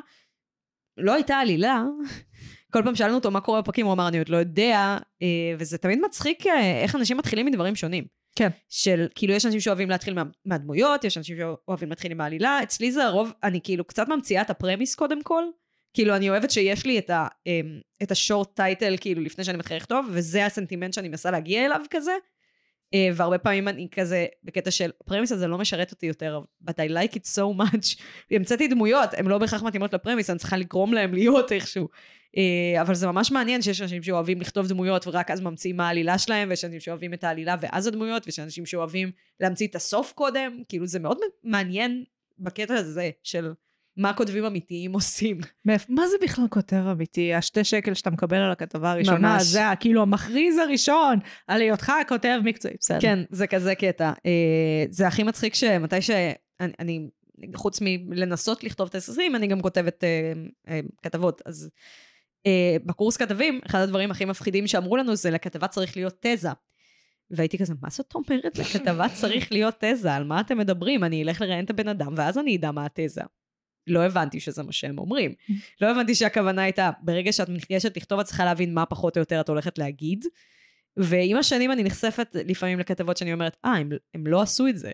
Speaker 2: לא הייתה עלילה. כל פעם שאלנו אותו מה קורה בפרקים, הוא אמר, אני עוד לא יודע, אה, וזה תמיד מצחיק אה, איך אנשים מתחילים מדברים שונים.
Speaker 1: כן.
Speaker 2: של, כאילו, יש אנשים שאוהבים להתחיל מה, מהדמויות, יש אנשים שאוהבים להתחיל עם העלילה, אצלי זה הרוב, אני כאילו קצת ממציאה את הפרמיס קודם כל. כאילו, אני אוהבת שיש לי את, ה, אמ, את השורט טייטל, כאילו, לפני שאני מתחילה לכתוב, וזה הסנטימנט שאני מנסה להגיע אליו כזה. אה, והרבה פעמים אני כזה, בקטע של, הפרמיס הזה לא משרת אותי יותר, but I like it so much. המצאתי דמויות, הן לא בהכרח מתאימות לפרמיס, אני צריכה לגרום להן להיות איכשהו. אה, אבל זה ממש מעניין שיש אנשים שאוהבים לכתוב דמויות ורק אז ממציאים מה העלילה שלהם, ויש אנשים שאוהבים את העלילה ואז הדמויות, ויש אנשים שאוהבים להמציא את הסוף קודם, כאילו זה מאוד מעניין בקטע הזה של מה כותבים אמיתיים עושים.
Speaker 1: מאיפ- מה זה בכלל כותר אמיתי? השתי שקל שאתה מקבל על הכתבה הראשונה,
Speaker 2: ממש.
Speaker 1: זה ה- כאילו המכריז הראשון על היותך כותב מקצועי. בסדר.
Speaker 2: כן, זה כזה קטע. אה, זה הכי מצחיק שמתי ש... אני, אני חוץ מלנסות לכתוב את הססים, אני גם כותבת אה, אה, כתבות. אז אה, בקורס כתבים, אחד הדברים הכי מפחידים שאמרו לנו זה לכתבה צריך להיות תזה. והייתי כזה, מה זאת אומרת לכתבה צריך להיות תזה? על מה אתם מדברים? אני אלך לראיין את הבן אדם ואז אני אדע מה התזה. לא הבנתי שזה מה שהם אומרים. לא הבנתי שהכוונה הייתה, ברגע שאת ניגשת לכתוב, את צריכה להבין מה פחות או יותר את הולכת להגיד. ועם השנים אני נחשפת לפעמים לכתבות שאני אומרת, אה, הם, הם לא עשו את זה,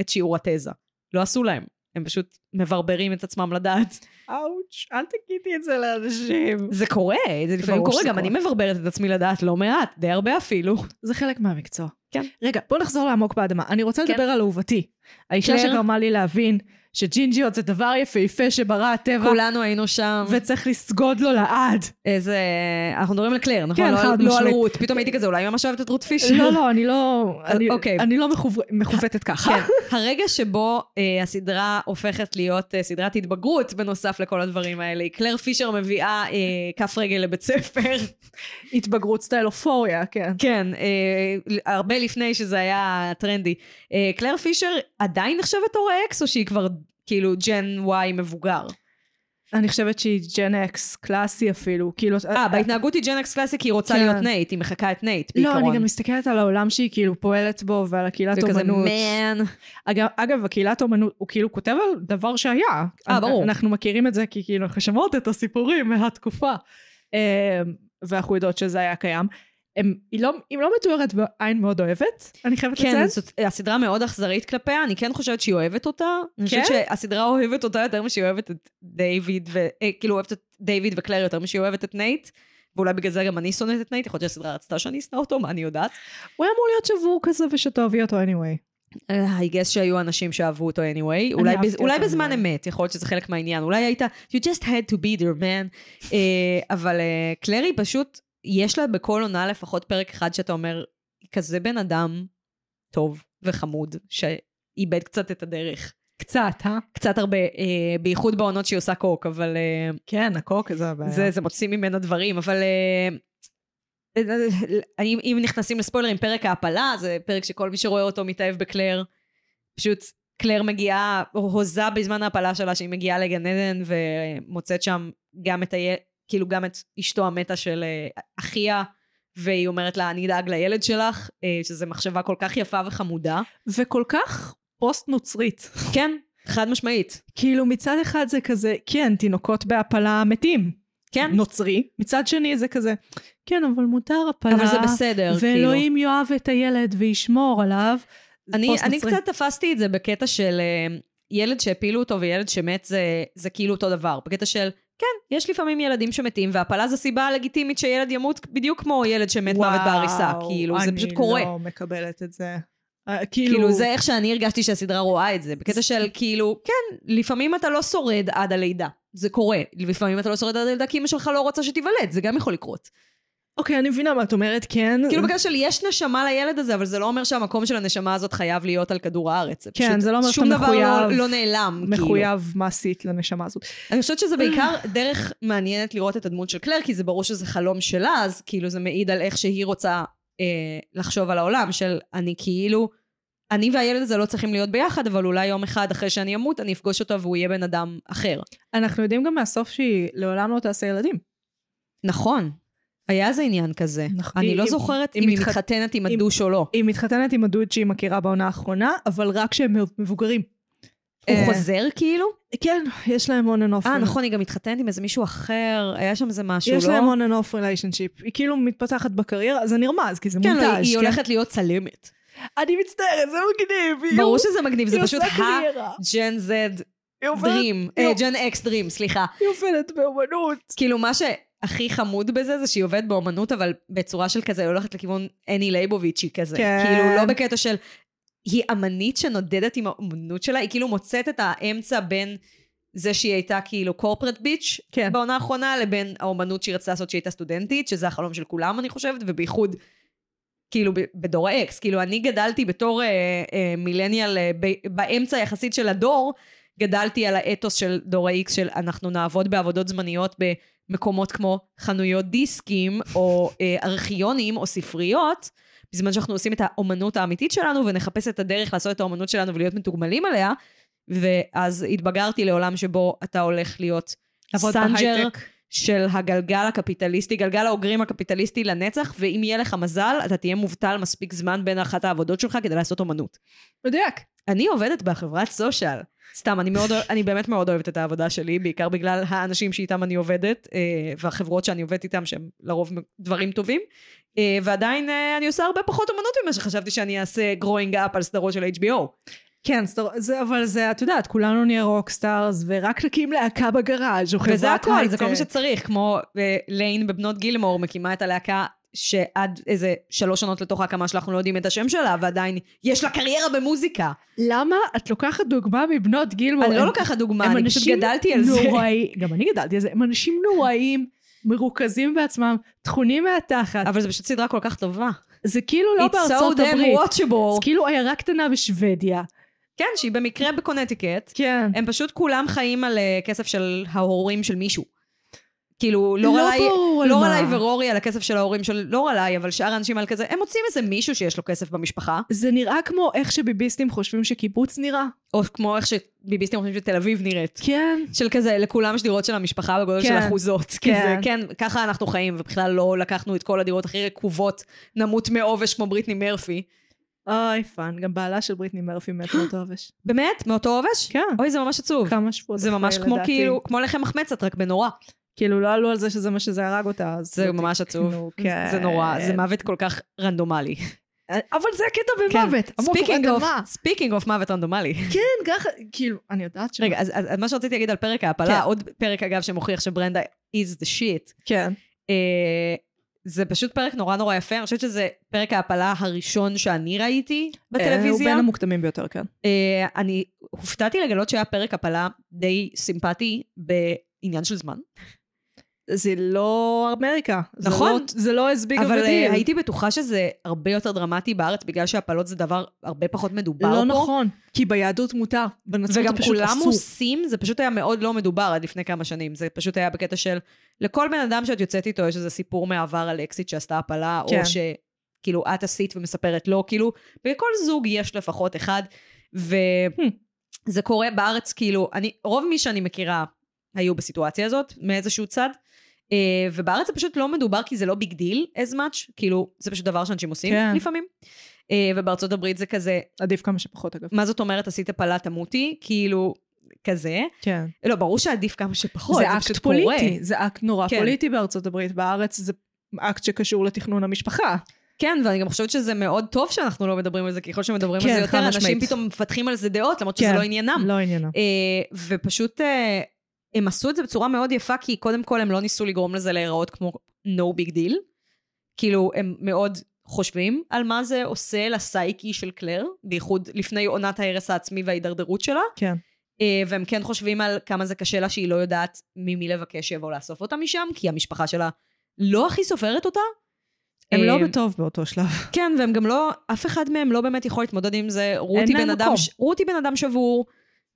Speaker 2: את שיעור התזה. לא עשו להם. הם פשוט מברברים את עצמם לדעת.
Speaker 1: אאוץ', אל תגידי את זה לאנשים.
Speaker 2: זה קורה, זה לפעמים
Speaker 1: ברור
Speaker 2: קורה,
Speaker 1: שזה
Speaker 2: גם
Speaker 1: קורה.
Speaker 2: אני מברברת את עצמי לדעת לא מעט, די הרבה אפילו.
Speaker 1: זה חלק מהמקצוע.
Speaker 2: כן.
Speaker 1: רגע, בוא נחזור לעמוק באדמה. אני רוצה
Speaker 2: כן.
Speaker 1: לדבר על אהובתי. האישה
Speaker 2: קלר?
Speaker 1: שגרמה לי להבין שג'ינג'יות זה דבר יפהפה שברא הטבע,
Speaker 2: כולנו היינו שם.
Speaker 1: וצריך לסגוד לו לעד.
Speaker 2: איזה... אנחנו מדברים על קלר, נכון?
Speaker 1: כן,
Speaker 2: לא,
Speaker 1: חד
Speaker 2: על- לא על
Speaker 1: משמעית.
Speaker 2: רות. פתאום הייתי כזה, אולי ממש אוהבת את רות פישר.
Speaker 1: לא, לא, אני לא... אני-
Speaker 2: אוקיי.
Speaker 1: אני לא מחוב- מכוותת ככה.
Speaker 2: כן. הרגע שבו אה, הסדרה הופכת להיות אה, סדרת התבגרות בנוסף לכל הדברים האלה, היא קלר פישר מביאה אה, כף רגל לבית ספר.
Speaker 1: התבגרות סטייל אופוריה, כן.
Speaker 2: כן, אה, הרבה לפני שזה היה טרנדי. אה, קלר פישר עדיין נחשבת הורה אקס, או שהיא כבר כאילו ג'ן וואי מבוגר?
Speaker 1: אני חושבת שהיא ג'ן אקס, קלאסי אפילו. כאילו...
Speaker 2: אה, בהתנהגות היא ג'ן אקס קלאסי כי היא רוצה
Speaker 1: כן.
Speaker 2: להיות נייט, היא מחקה את נייט
Speaker 1: לא,
Speaker 2: בעיקרון.
Speaker 1: אני גם מסתכלת על העולם שהיא כאילו פועלת בו ועל הקהילת
Speaker 2: וכזה
Speaker 1: אומנות.
Speaker 2: מן.
Speaker 1: אגב, אגב, הקהילת אומנות, הוא כאילו כותב על דבר שהיה.
Speaker 2: אה, ברור.
Speaker 1: אנחנו מכירים את זה כי כאילו אנחנו שמעות את הסיפורים מהתקופה. אמ, ואנחנו יודעות שזה היה קיים. אמ, היא לא, היא לא מתוארת בעין מאוד אוהבת, אני חייבת
Speaker 2: כן,
Speaker 1: לציין.
Speaker 2: זאת, הסדרה מאוד אכזרית כלפיה, אני כן חושבת שהיא אוהבת אותה. אני חושבת
Speaker 1: כן?
Speaker 2: שהסדרה אוהבת אותה יותר משהיא אוהבת את דיוויד, ו... אה, כאילו אוהבת את דיוויד וקלר יותר משהיא אוהבת את נייט. ואולי בגלל זה גם אני שונאת את נייט, יכול להיות שהסדרה רצתה שאני אשנא אותו, מה אני יודעת?
Speaker 1: הוא היה אמור להיות שבור כזה ושתאהבי אותו anyway.
Speaker 2: אה, I guess שהיו אנשים שאהבו אותו anyway, אולי,
Speaker 1: אהבתי
Speaker 2: בז, אולי
Speaker 1: אותו
Speaker 2: בזמן
Speaker 1: anyway.
Speaker 2: אמת, יכול להיות שזה חלק מהעניין, אולי היית, you just had to be there man, אה, אבל אה, קלרי פשוט, יש לה בכל עונה לפחות פרק אחד שאתה אומר, היא כזה בן אדם טוב וחמוד, שאיבד קצת את הדרך.
Speaker 1: קצת, אה?
Speaker 2: קצת הרבה, אה, בייחוד בעונות שהיא עושה קוק, אבל אה,
Speaker 1: כן, הקוק זה הבעיה.
Speaker 2: זה, זה מוציא ממנה דברים, אבל... אה, אה, אם, אם נכנסים לספוילרים, פרק ההעפלה זה פרק שכל מי שרואה אותו מתאהב בקלר. פשוט קלר מגיעה, הוזה בזמן ההפלה שלה שהיא מגיעה לגן עדן ומוצאת שם גם את הילד, כאילו גם את אשתו המתה של אה, אחיה, והיא אומרת לה, אני אדאג לילד שלך, אה, שזו מחשבה כל כך יפה וחמודה.
Speaker 1: וכל כך פוסט נוצרית.
Speaker 2: כן, חד משמעית.
Speaker 1: כאילו מצד אחד זה כזה, כן, תינוקות בהפלה מתים.
Speaker 2: כן.
Speaker 1: נוצרי. מצד שני זה כזה, כן, אבל מותר הפלה.
Speaker 2: אבל זה בסדר, כאילו.
Speaker 1: ואלוהים יאהב את הילד וישמור עליו.
Speaker 2: אני,
Speaker 1: פוסט
Speaker 2: אני
Speaker 1: נוצרי.
Speaker 2: קצת תפסתי את זה בקטע של אה, ילד שהפילו אותו וילד שמת זה, זה כאילו אותו דבר. בקטע של, כן, יש לפעמים ילדים שמתים, והפלה זו סיבה לגיטימית שילד ימות בדיוק כמו ילד שמת מוות בעריסה.
Speaker 1: וואו,
Speaker 2: כאילו, זה פשוט קורה.
Speaker 1: אני לא מקבלת את זה. אה,
Speaker 2: כאילו, זה איך שאני הרגשתי שהסדרה רואה את זה. בקטע של, כאילו, כן, לפעמים אתה לא שורד עד הלידה. זה קורה. לפעמים אתה לא שורד עד הלידה כי אמא שלך לא רוצה שתיוולד, זה גם יכול לקרות.
Speaker 1: אוקיי, אני מבינה מה את אומרת, כן.
Speaker 2: כאילו בקטע של יש נשמה לילד הזה, אבל זה לא אומר שהמקום של הנשמה הזאת חייב להיות על כדור הארץ. זה
Speaker 1: כן,
Speaker 2: פשוט-
Speaker 1: זה לא אומר שאתה
Speaker 2: שום דבר
Speaker 1: מחויב-
Speaker 2: לא, לא נעלם, כאילו.
Speaker 1: מחויב מעשית לנשמה הזאת.
Speaker 2: אני חושבת שזה בעיקר דרך מעניינת לראות את הדמות של קלר, כי זה ברור שזה חלום שלה, אז כאילו זה מעיד על איך שהיא רוצה אה, לחשוב על העולם, של אני כאילו, אני והילד הזה לא צריכים להיות ביחד, אבל אולי יום אחד אחרי שאני אמות, אני אפגוש אותו והוא יהיה בן אדם אחר.
Speaker 1: אנחנו יודעים גם מהסוף שהיא לעולם לא תעשה ילדים.
Speaker 2: נכון. היה איזה עניין כזה.
Speaker 1: נכון.
Speaker 2: אני
Speaker 1: היא-
Speaker 2: לא
Speaker 1: היא-
Speaker 2: זוכרת
Speaker 1: היא
Speaker 2: אם היא
Speaker 1: מתחת-
Speaker 2: מתחתנת עם
Speaker 1: היא-
Speaker 2: הדוש או לא.
Speaker 1: היא מתחתנת עם הדוד שהיא מכירה בעונה האחרונה, אבל רק כשהם מבוגרים.
Speaker 2: הוא
Speaker 1: אה,
Speaker 2: חוזר כאילו?
Speaker 1: כן, יש להם on and off.
Speaker 2: אה, נכון, היא גם מתחתנת עם איזה מישהו אחר, היה שם איזה משהו, לא?
Speaker 1: יש להם on and off relationship. היא כאילו מתפתחת בקריירה, זה נרמז, כי זה
Speaker 2: כן,
Speaker 1: מונטאז'.
Speaker 2: לא, היא- היא הולכת להיות צלמת.
Speaker 1: אני מצטערת, זה מגניב. היא-
Speaker 2: ברור שזה מגניב, זה
Speaker 1: היא
Speaker 2: פשוט
Speaker 1: עושה קריירה.
Speaker 2: הג'ן זד
Speaker 1: היא עובדת-
Speaker 2: דרים, אה,
Speaker 1: יופי.
Speaker 2: ג'ן אקס דרים, סליחה.
Speaker 1: היא עובדת באומנות.
Speaker 2: כאילו מה שהכי חמוד בזה זה שהיא עובדת באומנות, אבל בצורה של כזה, היא הולכת לכיוון אני לייבוביצ'י כזה.
Speaker 1: כן.
Speaker 2: כאילו לא בקטע של... היא אמנית שנודדת עם האומנות שלה, היא כאילו מוצאת את האמצע בין זה שהיא הייתה כאילו קורפרט ביץ'
Speaker 1: כן.
Speaker 2: בעונה האחרונה, לבין האומנות שהיא רצתה לעשות שהיא הייתה סטודנטית, שזה החלום של כולם אני חושבת, ובייחוד כאילו ב- בדור האקס. כאילו אני גדלתי בתור אה, אה, מילניאל אה, ב- באמצע יחסית של הדור, גדלתי על האתוס של דור ה-X של אנחנו נעבוד בעבודות זמניות במקומות כמו חנויות דיסקים, או אה, ארכיונים, או ספריות, בזמן שאנחנו עושים את האומנות האמיתית שלנו, ונחפש את הדרך לעשות את האומנות שלנו ולהיות מתוגמלים עליה. ואז התבגרתי לעולם שבו אתה הולך להיות
Speaker 1: לעבוד
Speaker 2: סנג'ר
Speaker 1: בהייטק.
Speaker 2: של הגלגל הקפיטליסטי, גלגל האוגרים הקפיטליסטי לנצח, ואם יהיה לך מזל, אתה תהיה מובטל מספיק זמן בין אחת העבודות שלך כדי לעשות אומנות.
Speaker 1: מדויק.
Speaker 2: אני עובדת בחברת סושיאל. סתם, אני, מאוד, אני באמת מאוד אוהבת את העבודה שלי, בעיקר בגלל האנשים שאיתם אני עובדת, אה, והחברות שאני עובדת איתם, שהם לרוב דברים טובים. אה, ועדיין אה, אני עושה הרבה פחות אמנות ממה שחשבתי שאני אעשה growing up על סדרות של HBO.
Speaker 1: כן, סדר- זה- אבל זה, את יודעת, כולנו נהיה רוקסטארס, ורק נקים להקה בגראז' או חברת הייטק.
Speaker 2: וזה הכל, זה כל מה שצריך, כמו אה, ליין בבנות גילמור מקימה את הלהקה. שעד איזה שלוש שנות לתוך ההקמה שלה אנחנו לא יודעים את השם שלה, ועדיין יש לה קריירה במוזיקה.
Speaker 1: למה את לוקחת דוגמה מבנות גילמור?
Speaker 2: אני לא
Speaker 1: הם-
Speaker 2: לוקחת דוגמה,
Speaker 1: הם
Speaker 2: אני פשוט
Speaker 1: אנשים
Speaker 2: גדלתי על זה.
Speaker 1: נוראי- גם אני גדלתי על זה. הם אנשים נוראים, מרוכזים בעצמם, טחונים מהתחת.
Speaker 2: אבל זו פשוט סדרה כל כך טובה.
Speaker 1: זה כאילו לא בארצות הברית.
Speaker 2: It's so damn
Speaker 1: זה
Speaker 2: watchable.
Speaker 1: כאילו עיירה קטנה בשוודיה.
Speaker 2: כן, שהיא במקרה בקונטיקט.
Speaker 1: כן.
Speaker 2: הם פשוט כולם חיים על אה, כסף של ההורים של מישהו. כאילו,
Speaker 1: לא
Speaker 2: לורליי
Speaker 1: ברור על
Speaker 2: לורליי
Speaker 1: מה.
Speaker 2: ורורי על הכסף של ההורים של לורליי, אבל שאר האנשים על כזה, הם מוצאים איזה מישהו שיש לו כסף במשפחה,
Speaker 1: זה נראה כמו איך שביביסטים חושבים שקיבוץ נראה.
Speaker 2: או כמו איך שביביסטים חושבים שתל אביב נראית.
Speaker 1: כן.
Speaker 2: של כזה, לכולם יש דירות של המשפחה בגודל
Speaker 1: כן.
Speaker 2: של אחוזות.
Speaker 1: כן.
Speaker 2: כזה, כן, ככה אנחנו חיים, ובכלל לא לקחנו את כל הדירות הכי רקובות, נמות מעובש כמו בריטני מרפי.
Speaker 1: אוי, פאן. גם בעלה של בריטני מרפי מת מאותו עובש.
Speaker 2: באמת? מאותו עובש?
Speaker 1: כן.
Speaker 2: אוי, זה ממש עצוב.
Speaker 1: כמה שבועות
Speaker 2: זה ממש
Speaker 1: אחרי,
Speaker 2: כמו
Speaker 1: לדעתי.
Speaker 2: כאילו, כמו לחם מחמצת, רק בנורא.
Speaker 1: כאילו, לא עלו על זה שזה מה שזה הרג אותה, אז...
Speaker 2: זה
Speaker 1: לא
Speaker 2: ממש
Speaker 1: תיקנו,
Speaker 2: עצוב.
Speaker 1: כן. אה,
Speaker 2: זה נורא, זה מוות כל כך רנדומלי. כן.
Speaker 1: אבל זה הקטע במוות. אמרו,
Speaker 2: ספיקינג
Speaker 1: רגע,
Speaker 2: אוף,
Speaker 1: מה?
Speaker 2: ספיקינג אוף מוות רנדומלי.
Speaker 1: כן, ככה, כאילו, אני יודעת ש...
Speaker 2: רגע, אז אז- אז מה שרציתי להגיד על פרק
Speaker 1: כן.
Speaker 2: ההפלה, עוד פרק אגב שמוכיח שברנדה is the shit.
Speaker 1: כן.
Speaker 2: אה, זה פשוט פרק נורא נורא יפה, אני חושבת שזה פרק ההפלה הראשון שאני ראיתי
Speaker 1: אה, הוא
Speaker 2: בטלוויזיה.
Speaker 1: בין המוקדמים ביותר, כן.
Speaker 2: אה, אני הופתעתי לגלות שהיה פרק הפלה די סימפטי בעניין של זמן.
Speaker 1: זה לא אמריקה. זה
Speaker 2: נכון.
Speaker 1: לא- זה לא as big of
Speaker 2: אבל
Speaker 1: a
Speaker 2: אה,
Speaker 1: deal.
Speaker 2: הייתי בטוחה שזה הרבה יותר דרמטי בארץ, בגלל שהפלות זה דבר הרבה פחות מדובר פה.
Speaker 1: לא נכון. כי ביהדות מותר. בנצרות
Speaker 2: וגם
Speaker 1: פשוט
Speaker 2: כולם
Speaker 1: אסור.
Speaker 2: עושים, זה פשוט היה מאוד לא מדובר עד לפני כמה שנים. זה פשוט היה בקטע של, לכל בן אדם שאת יוצאת איתו, יש איזה סיפור מעבר על אקזיט שעשתה הפלה,
Speaker 1: כן.
Speaker 2: לא, או שכאילו את עשית ומספרת לו, כאילו, בכל זוג יש לפחות אחד. וזה קורה בארץ, כאילו, אני, רוב מי שאני מכירה היו בסיטואציה הזאת, מאיזשהו צד, אה, ובארץ זה פשוט לא מדובר כי זה לא ביג דיל as much, כאילו, זה פשוט דבר שאנשים עושים
Speaker 1: כן.
Speaker 2: לפעמים. אה, ובארצות הברית זה כזה,
Speaker 1: עדיף כמה שפחות אגב.
Speaker 2: מה זאת אומרת עשית פלה תמותי, כאילו, כזה.
Speaker 1: כן.
Speaker 2: לא, ברור שעדיף כמה שפחות,
Speaker 1: זה
Speaker 2: פשוט
Speaker 1: אקט
Speaker 2: נכון, קורה.
Speaker 1: פוליטי, זה אקט נורא
Speaker 2: כן.
Speaker 1: פוליטי בארצות הברית, בארץ זה אקט שקשור לתכנון המשפחה.
Speaker 2: כן, ואני גם חושבת שזה מאוד טוב שאנחנו לא מדברים על זה, כי ככל שמדברים
Speaker 1: כן,
Speaker 2: על זה יותר,
Speaker 1: חד
Speaker 2: אנשים
Speaker 1: משמעית.
Speaker 2: פתאום מפתחים על זה דעות, למרות שזה
Speaker 1: כן.
Speaker 2: לא עניינם.
Speaker 1: לא עניינה.
Speaker 2: אה, ופשוט אה, הם עשו את זה בצורה מאוד יפה, כי קודם כל הם לא ניסו לגרום לזה להיראות כמו no big deal. כאילו, הם מאוד חושבים על מה זה עושה לסייקי של קלר, בייחוד לפני עונת ההרס העצמי וההידרדרות שלה.
Speaker 1: כן.
Speaker 2: אה, והם כן חושבים על כמה זה קשה לה שהיא לא יודעת ממי לבקש שיבואו לאסוף אותה משם, כי המשפחה שלה לא הכי סופרת אותה.
Speaker 1: הם
Speaker 2: אה,
Speaker 1: לא בטוב באותו שלב.
Speaker 2: כן, והם גם לא, אף אחד מהם לא באמת יכול להתמודד עם זה. רותי
Speaker 1: להם
Speaker 2: בן אדם,
Speaker 1: מקום.
Speaker 2: ש- רותי בן אדם שבור,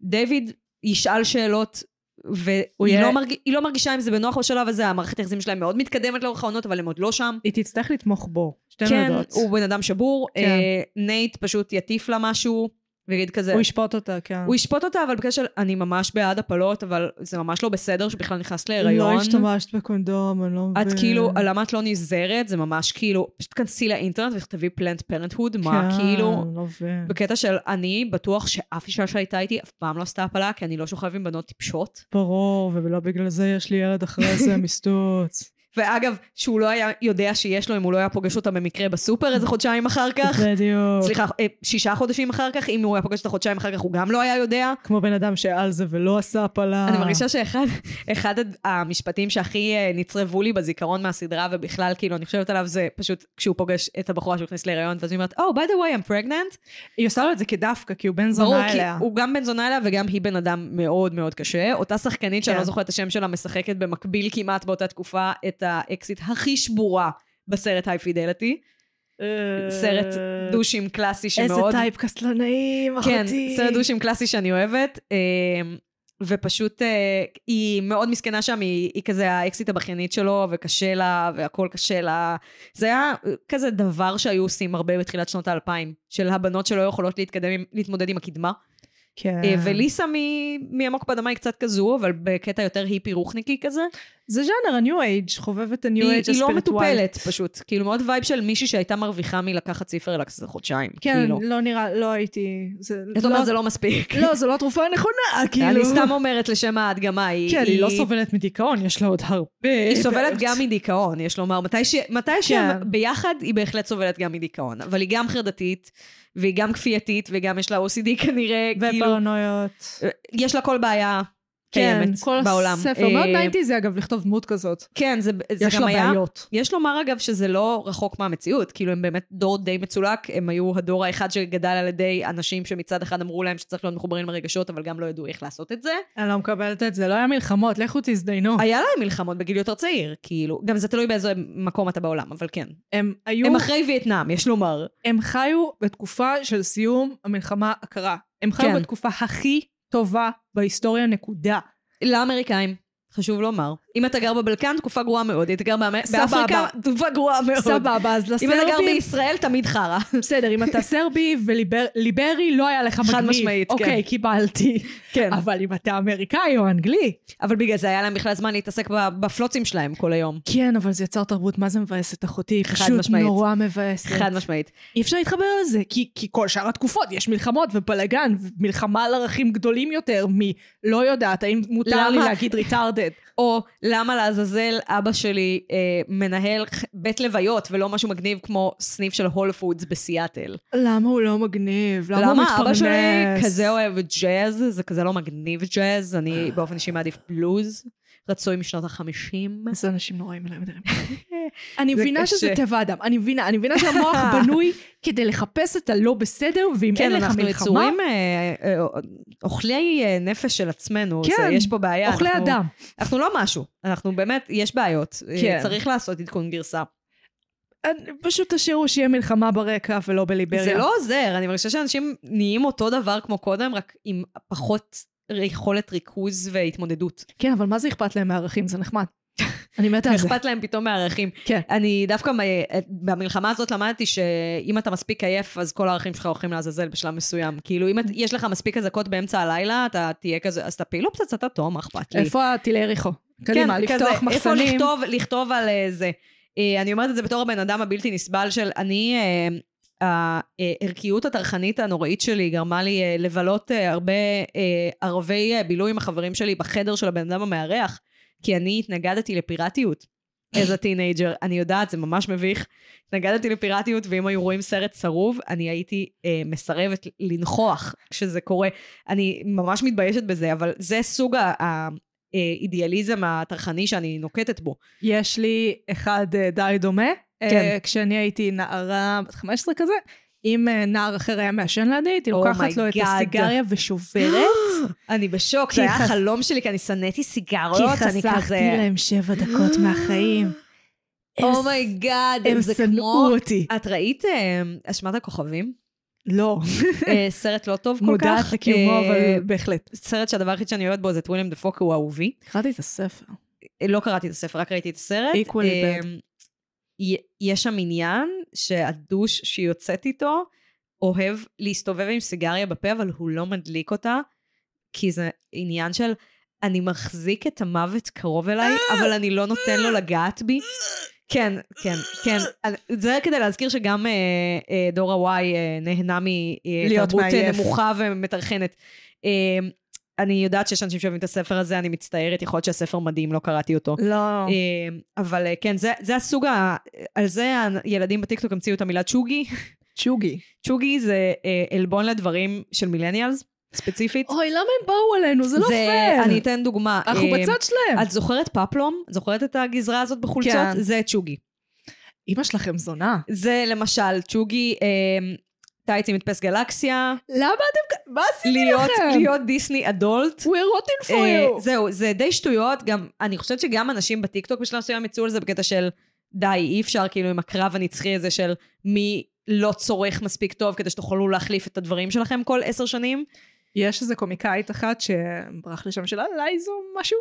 Speaker 2: דיוויד ישאל שאלות,
Speaker 1: הוא
Speaker 2: והיא
Speaker 1: יהיה-
Speaker 2: לא, מרג... היא לא מרגישה עם זה בנוח בשלב הזה, המערכת היחסים שלהם מאוד מתקדמת לאורך העונות, אבל הם עוד לא שם.
Speaker 1: היא תצטרך לתמוך בו, שתי
Speaker 2: כן,
Speaker 1: יודעות.
Speaker 2: הוא בן אדם שבור,
Speaker 1: כן.
Speaker 2: אה, נייט פשוט יטיף לה משהו, ויגיד כזה...
Speaker 1: הוא ישפוט אותה, כן.
Speaker 2: הוא ישפוט אותה, אבל בקשר, אני ממש בעד הפלות, אבל זה ממש לא בסדר שבכלל נכנסת
Speaker 1: לא
Speaker 2: להיריון.
Speaker 1: השתמשת בקונדום, אני לא מבין.
Speaker 2: את כאילו, למה את לא נזהרת? זה ממש כאילו, פשוט כנסי לאינטרנט וכתבי פלנט פרנטהוד, מה
Speaker 1: כן,
Speaker 2: כאילו,
Speaker 1: לא מבין.
Speaker 2: בקטע של אני בטוח שאף אישה שהייתה איתי אף פעם לא עשתה הפלה, כי אני לא שוכב עם בנות טיפשות.
Speaker 1: ברור, ולא בגלל זה יש לי ילד אחרי זה מסטוץ.
Speaker 2: ואגב, שהוא לא היה יודע שיש לו אם הוא לא היה פוגש אותה במקרה בסופר איזה חודשיים אחר כך.
Speaker 1: בדיוק.
Speaker 2: סליחה, אה, שישה חודשים אחר כך, אם הוא היה פוגש אותה חודשיים אחר כך, הוא גם לא היה יודע.
Speaker 1: כמו בן אדם שעל זה ולא עשה הפלה.
Speaker 2: אני מרגישה שאחד אחד הד- המשפטים שהכי אה, נצרבו לי בזיכרון מהסדרה, ובכלל, כאילו, אני חושבת עליו, זה פשוט כשהוא פוגש את הבחורה שהוא הכניס להיריון, ואז היא אומרת, Oh, by the way, I'm pregnant.
Speaker 1: היא עושה לו את זה כדווקא, כי הוא בן
Speaker 2: ברור,
Speaker 1: זונה
Speaker 2: כי
Speaker 1: אליה.
Speaker 2: הוא גם בן זונה אליה וגם היא בן אדם מאוד מאוד קשה. אותה שחקנית שאני
Speaker 1: כן.
Speaker 2: לא זוכרת את השם שלה משחקת במקביל כמעט באותה תקופה את האקסיט הכי שבורה בסרט היי פידליטי.
Speaker 1: אה,
Speaker 2: סרט דושים קלאסי שמאוד...
Speaker 1: איזה טייפקאסט לא נעים, אחותי.
Speaker 2: כן, סרט דושים קלאסי שאני אוהבת. אמ, ופשוט אה, היא מאוד מסכנה שם, היא, היא כזה האקסיט הבכיינית שלו, וקשה לה, והכל קשה לה. זה היה אה, כזה דבר שהיו עושים הרבה בתחילת שנות האלפיים, של הבנות שלא יכולות להתקדם, עם- להתמודד עם הקדמה.
Speaker 1: כן.
Speaker 2: אה, וליסה מ- מעמוק באדמה היא קצת כזו, אבל בקטע יותר היפי רוחניקי כזה.
Speaker 1: זה ז'אנר, ה-new age, חובבת ה-new age
Speaker 2: היא,
Speaker 1: הספיריטואלית.
Speaker 2: היא לא מטופלת פשוט. כאילו מאוד וייב של מישהי שהייתה מרוויחה מלקחת ציפרלקס איזה חודשיים.
Speaker 1: כן,
Speaker 2: כאילו.
Speaker 1: לא נראה, לא הייתי... זה-
Speaker 2: אתה אומר זה לא מספיק.
Speaker 1: לא, זו לא התרופה הנכונה, כאילו.
Speaker 2: אני סתם אומרת לשם ההדגמה, היא...
Speaker 1: כן, היא לא סובלת מדיכאון, יש לה עוד הרבה...
Speaker 2: היא סובלת גם מדיכאון, יש לומר. מתי, ש... מתי שהם
Speaker 1: כן.
Speaker 2: ביחד, היא בהחלט סובלת גם מדיכאון. אבל היא גם חרדתית, והיא גם כפייתית, וגם יש לה OCD כנראה, כאילו...
Speaker 1: ופרנויות.
Speaker 2: יש לה כל בעיה קיימת בעולם.
Speaker 1: כן, כל הספר.
Speaker 2: אה,
Speaker 1: מאוד ניינטיזי, אגב, לכתוב דמות כזאת.
Speaker 2: כן, זה, זה
Speaker 1: יש
Speaker 2: גם
Speaker 1: לה
Speaker 2: היה...
Speaker 1: בעיות.
Speaker 2: יש לומר אגב שזה לא רחוק מהמציאות, כאילו הם באמת דור די מצולק, הם היו הדור האחד שגדל על ידי אנשים שמצד אחד אמרו להם שצריך להיות מחוברים לרגשות, אבל גם לא ידעו איך לעשות את זה.
Speaker 1: אני לא מקבלת את זה, לא היה מלחמות, לכו תזדיינו.
Speaker 2: היה להם מלחמות בגיל יותר צעיר, כאילו, גם זה תלוי באיזה מקום אתה בעולם, אבל כן.
Speaker 1: הם היו,
Speaker 2: הם אחרי וייטנאם, יש לומר.
Speaker 1: הם חיו בתקופה של סיום המלחמה הקרה. הם חיו
Speaker 2: כן.
Speaker 1: בתקופה הכי טובה בהיסטוריה, נקודה.
Speaker 2: לאמריקאים, חשוב לומר. אם אתה גר בבלקן, תקופה גרועה מאוד, אם אתה גר באמר-
Speaker 1: סבבה.
Speaker 2: באפריקה, תקופה גרועה מאוד.
Speaker 1: סבבה, אז
Speaker 2: אם אתה גר
Speaker 1: לסרבים,
Speaker 2: בישראל, תמיד חרא.
Speaker 1: בסדר, אם אתה סרבי וליברי, לא היה לך מגניב.
Speaker 2: חד משמעית, כן.
Speaker 1: אוקיי, קיבלתי.
Speaker 2: כן.
Speaker 1: אבל אם אתה אמריקאי או אנגלי.
Speaker 2: אבל בגלל זה היה להם בכלל זמן להתעסק בפלוצים שלהם כל היום.
Speaker 1: כן, אבל זה יצר תרבות, מה זה מבאסת אחותי?
Speaker 2: חד
Speaker 1: פשוט
Speaker 2: משמעית.
Speaker 1: נורא מבאסת.
Speaker 2: חד משמעית.
Speaker 1: אי אפשר להתחבר לזה, כי, כי כל שאר התקופות יש מלחמות ובלאגן, ומלחמה על ערכים גדולים יותר מלא יודעת האם מותר לי
Speaker 2: למה?
Speaker 1: להגיד ריטרדד.
Speaker 2: או למה לעזאזל אבא שלי אה, מנהל ח- בית לוויות ולא משהו מגניב כמו סניף של הול פודס בסיאטל.
Speaker 1: למה הוא לא מגניב? למה, הוא
Speaker 2: למה
Speaker 1: מתפרנס?
Speaker 2: אבא שלי כזה אוהב ג'אז, זה כזה לא מגניב ג'אז,
Speaker 1: אה.
Speaker 2: אני באופן אישי מעדיף בלוז, רצוי משנות החמישים.
Speaker 1: זה אנשים נוראים אליי מדברים. אני
Speaker 2: זה
Speaker 1: מבינה שזה
Speaker 2: קשה.
Speaker 1: טבע האדם, אני מבינה, אני מבינה שהמוח בנוי כדי לחפש את הלא בסדר, ואם אין
Speaker 2: כן,
Speaker 1: לך
Speaker 2: אנחנו
Speaker 1: מלחמה,
Speaker 2: יצורים אה, אה, אה, אוכלי אה, נפש של עצמנו,
Speaker 1: כן,
Speaker 2: זה- יש פה בעיה.
Speaker 1: אוכלי
Speaker 2: אנחנו-
Speaker 1: אדם.
Speaker 2: אנחנו לא משהו, אנחנו באמת, יש בעיות. אה,
Speaker 1: כן.
Speaker 2: צריך לעשות עדכון גרסה.
Speaker 1: אני- פשוט תשאירו שיהיה מלחמה ברקע ולא בליבריה.
Speaker 2: זה לא עוזר, אני מרגישה שאנשים נהיים אותו דבר כמו קודם, רק עם פחות יכולת ריכוז והתמודדות.
Speaker 1: כן, אבל מה זה אכפת להם מערכים? זה נחמד. אני מתה על זה.
Speaker 2: אכפת להם פתאום מערכים.
Speaker 1: כן.
Speaker 2: אני דווקא מ- במלחמה הזאת למדתי שאם אתה מספיק עייף, אז כל הערכים שלך הולכים לעזאזל בשלב מסוים. כאילו, אם את- יש לך מספיק אזעקות באמצע הלילה, אתה תהיה כזה, אז תפיל לו פצצת אטום, מה אכפת לי. כן,
Speaker 1: איפה הטילי יריחו? קדימה, לפתוח
Speaker 2: איפה
Speaker 1: מחסנים.
Speaker 2: לכתוב, לכתוב על אה, זה. אה, אני אומרת את זה בתור הבן אדם הבלתי נסבל של אני, אה, הערכיות הטרחנית הנוראית שלי גרמה לי אה, לבלות אה, הרבה אה, ערבי אה, בילוי עם החברים שלי בחדר של הבן אדם המארח, כי אני התנגדתי לפיראטיות. as a teenager, אני יודעת, זה ממש מביך. התנגדתי לפיראטיות, ואם היו רואים סרט צרוב, אני הייתי אה, מסרבת לנכוח כשזה קורה. אני ממש מתביישת בזה, אבל זה סוג ה- ה- האידיאליזם אה, הטרחני שאני נוקטת בו.
Speaker 1: יש לי אחד אה, די דומה. אה,
Speaker 2: כן.
Speaker 1: כשאני הייתי נערה בת 15 כזה, אם אה, נער אחר היה מעשן לידי, הייתי
Speaker 2: Oh
Speaker 1: לוקחת
Speaker 2: my
Speaker 1: לו את
Speaker 2: God.
Speaker 1: הסיגריה ושוברת,
Speaker 2: אני בשוק,
Speaker 1: כי
Speaker 2: זה היה
Speaker 1: חס-
Speaker 2: חלום שלי, כי אני שנאתי
Speaker 1: כי
Speaker 2: סיגריות, אני
Speaker 1: חסכתי
Speaker 2: כזה...
Speaker 1: להם שבע דקות מהחיים. הם-
Speaker 2: אומייגאד,
Speaker 1: הם
Speaker 2: זה
Speaker 1: שנאו
Speaker 2: כמו...
Speaker 1: אותי.
Speaker 2: את ראית אה, אשמת הכוכבים?
Speaker 1: לא.
Speaker 2: אה, סרט לא טוב כל כך.
Speaker 1: מודעת לקיומו,
Speaker 2: אה,
Speaker 1: אבל בהחלט.
Speaker 2: סרט שהדבר היחיד שאני אוהבת בו זה טווילם דה פוק, הוא אהובי.
Speaker 1: קראתי את הספר.
Speaker 2: אה, לא קראתי את הספר, רק ראיתי את הסרט.
Speaker 1: Equally
Speaker 2: אה, י- יש שם עניין שהדוש שהיא יוצאת איתו אוהב להסתובב עם סיגריה בפה, אבל הוא לא מדליק אותה, כי זה עניין של אני מחזיק את המוות קרוב אליי, אבל אני לא נותן לו לגעת בי. כן, כן, כן. אני- זה כדי להזכיר שגם אה, אה, דור ה-Y אה, נהנה
Speaker 1: להיות
Speaker 2: מתרבות
Speaker 1: מעייף.
Speaker 2: אה, נמוכה ומטרחנת. אה, אני יודעת שיש אנשים שאוהבים את הספר הזה, אני מצטערת, יכול להיות שהספר מדהים, לא קראתי אותו.
Speaker 1: לא.
Speaker 2: אה, אבל אה, כן, זה, זה הסוג ה... על זה הילדים בטיקטוק המציאו את המילה צ'וגי.
Speaker 1: צ'וגי.
Speaker 2: צ'וגי זה אה, עלבון לדברים של מילניאלס, ספציפית.
Speaker 1: אוי, למה הם באו עלינו? זה לא פייר.
Speaker 2: אני אתן דוגמה.
Speaker 1: אנחנו
Speaker 2: אה,
Speaker 1: בצד שלהם.
Speaker 2: את זוכרת פפלום? זוכרת את הגזרה הזאת בחולצות?
Speaker 1: כן.
Speaker 2: זה צ'וגי.
Speaker 1: אמא שלכם זונה.
Speaker 2: זה למשל צ'וגי, אה, טייץ עם מדפס גלקסיה,
Speaker 1: למה אתם... כ- מה עשיתי
Speaker 2: להיות,
Speaker 1: לכם?
Speaker 2: להיות דיסני אדולט.
Speaker 1: We're rotting for
Speaker 2: אה,
Speaker 1: you.
Speaker 2: זהו, זה די שטויות, גם, אני חושבת שגם אנשים בטיקטוק בשלב מסוים יצאו על זה בקטע של די, אי אפשר כאילו עם הקרב הנצחי הזה של מי לא צורך מספיק טוב כדי שתוכלו להחליף את הדברים שלכם כל עשר שנים.
Speaker 1: יש איזה קומיקאית אחת שברח לי שם שלה, לייזו משהו,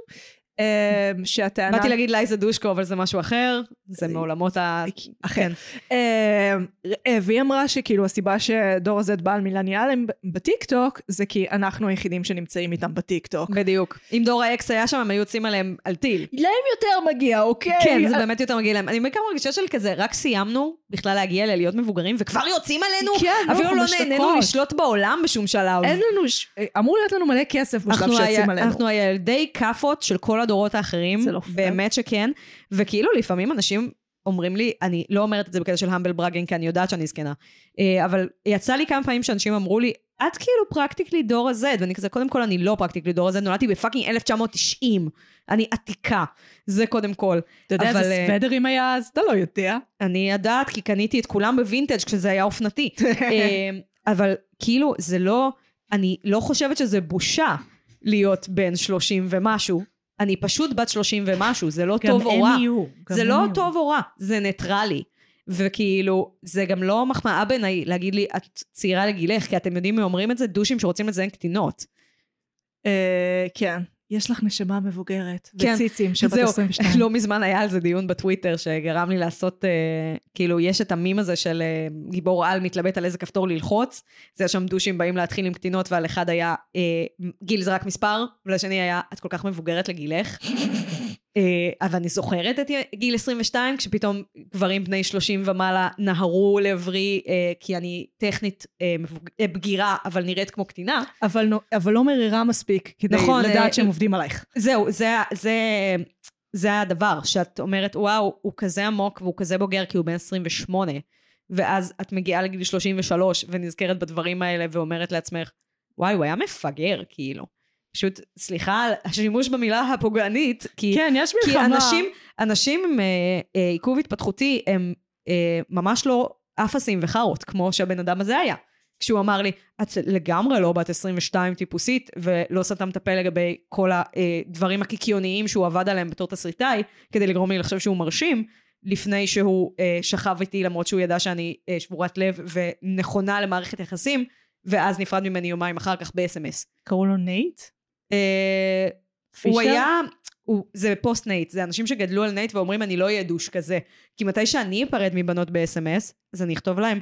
Speaker 1: אמ, שהטענה...
Speaker 2: באתי להגיד לייזה דושקו, אבל זה משהו אחר, זה
Speaker 1: אה,
Speaker 2: מעולמות ה...
Speaker 1: אכן. אה, אמ, אה, והיא אמרה שכאילו הסיבה שדור ה-Z בא על מילניאלים בטיקטוק, זה כי אנחנו היחידים שנמצאים איתם בטיקטוק.
Speaker 2: בדיוק. אם דור האקס היה שם, הם היו יוצאים עליהם על טיל.
Speaker 1: להם יותר מגיע, אוקיי?
Speaker 2: כן, זה באמת יותר מגעיל להם. אני בעיקר מרגישה של כזה, רק סיימנו בכלל להגיע ללהיות מבוגרים, וכבר יוצאים עלינו?
Speaker 1: כן,
Speaker 2: אפילו
Speaker 1: אנחנו
Speaker 2: לא
Speaker 1: משתקות.
Speaker 2: נהנינו לשלוט בעולם בשום שלב.
Speaker 1: אין לנו... ש- אה, אמור להיות לנו מלא כסף בשלב
Speaker 2: אנחנו
Speaker 1: שיוצאים
Speaker 2: היה-
Speaker 1: עלינו.
Speaker 2: אנחנו הילדי כאפות של כל הדורות האחרים,
Speaker 1: זה לא פייר.
Speaker 2: באמת שכן, וכאילו לפעמים אנשים אומרים לי, אני לא אומרת את זה בקטע של המבל בראגינג, כי אני יודעת שאני זקנה, אה, אבל יצא לי כמה פעמים שאנשים אמרו לי, את כאילו פרקטיקלי דור ה-Z, ואני כזה, קודם כל אני לא פרקטיקלי דור ה-Z, נולדתי בפאקינג 1990, אני עתיקה, זה קודם כל.
Speaker 1: אתה יודע
Speaker 2: אבל,
Speaker 1: איזה
Speaker 2: אה,
Speaker 1: סוודרים היה אז? אתה לא יודע.
Speaker 2: אני יודעת, כי קניתי את כולם בווינטג' כשזה היה אופנתי.
Speaker 1: אה,
Speaker 2: אמ, אבל כאילו, זה לא, אני לא חושבת שזה בושה להיות בן 30 ומשהו. אני פשוט בת 30 ומשהו, זה לא טוב או רע.
Speaker 1: יהיו.
Speaker 2: זה לא טוב או רע, זה ניטרלי. וכאילו, זה גם לא מחמאה בעיניי להגיד לי, את צעירה לגילך, כי אתם יודעים מי אומרים את זה? דושים שרוצים לזיין קטינות.
Speaker 1: אה, כן. יש לך נשמה מבוגרת.
Speaker 2: כן.
Speaker 1: וציצים של בת
Speaker 2: זהו,
Speaker 1: 22.
Speaker 2: לא מזמן היה על זה דיון בטוויטר שגרם לי לעשות, אה, כאילו, יש את המים הזה של אה, גיבור על מתלבט על איזה כפתור ללחוץ. זה היה שם דושים באים להתחיל עם קטינות, ועל אחד היה אה, גיל זה רק מספר, ולשני היה את כל כך מבוגרת לגילך. אה, אבל אני זוכרת את גיל 22, כשפתאום גברים בני 30 ומעלה נהרו לעברי, אה, כי אני טכנית אה, מבוג... אה, בגירה, אבל נראית כמו קטינה.
Speaker 1: אבל, נו- אבל לא מרירה מספיק כדי
Speaker 2: נכון, אה,
Speaker 1: לדעת שהם עובדים עלייך.
Speaker 2: זהו, זה, זה, זה הדבר, שאת אומרת, וואו, הוא כזה עמוק והוא כזה בוגר כי הוא בן 28, ואז את מגיעה לגיל 33 ונזכרת בדברים האלה ואומרת לעצמך, וואי, הוא היה מפגר, כאילו. פשוט, סליחה על השימוש במילה הפוגענית, כי,
Speaker 1: כן, יש
Speaker 2: כי
Speaker 1: מלחמה.
Speaker 2: אנשים, אנשים עם אה, אה, עיכוב התפתחותי הם אה, ממש לא אפסים וחארות, כמו שהבן אדם הזה היה. כשהוא אמר לי, את לגמרי לא בת 22 טיפוסית, ולא סתם את הפה לגבי כל הדברים הקיקיוניים שהוא עבד עליהם בתור תסריטאי, כדי לגרום לי לחשוב שהוא מרשים, לפני שהוא אה, שכב איתי למרות שהוא ידע שאני אה, שבורת לב ונכונה למערכת יחסים, ואז נפרד ממני יומיים אחר כך ב-SMS.
Speaker 1: קראו לו נייט?
Speaker 2: אה, הוא
Speaker 1: פישר?
Speaker 2: היה, הוא, זה פוסט נייט, זה אנשים שגדלו על נייט ואומרים אני לא אהיה דוש כזה. כי מתי שאני אפרד מבנות ב-SMS, אז אני אכתוב להם,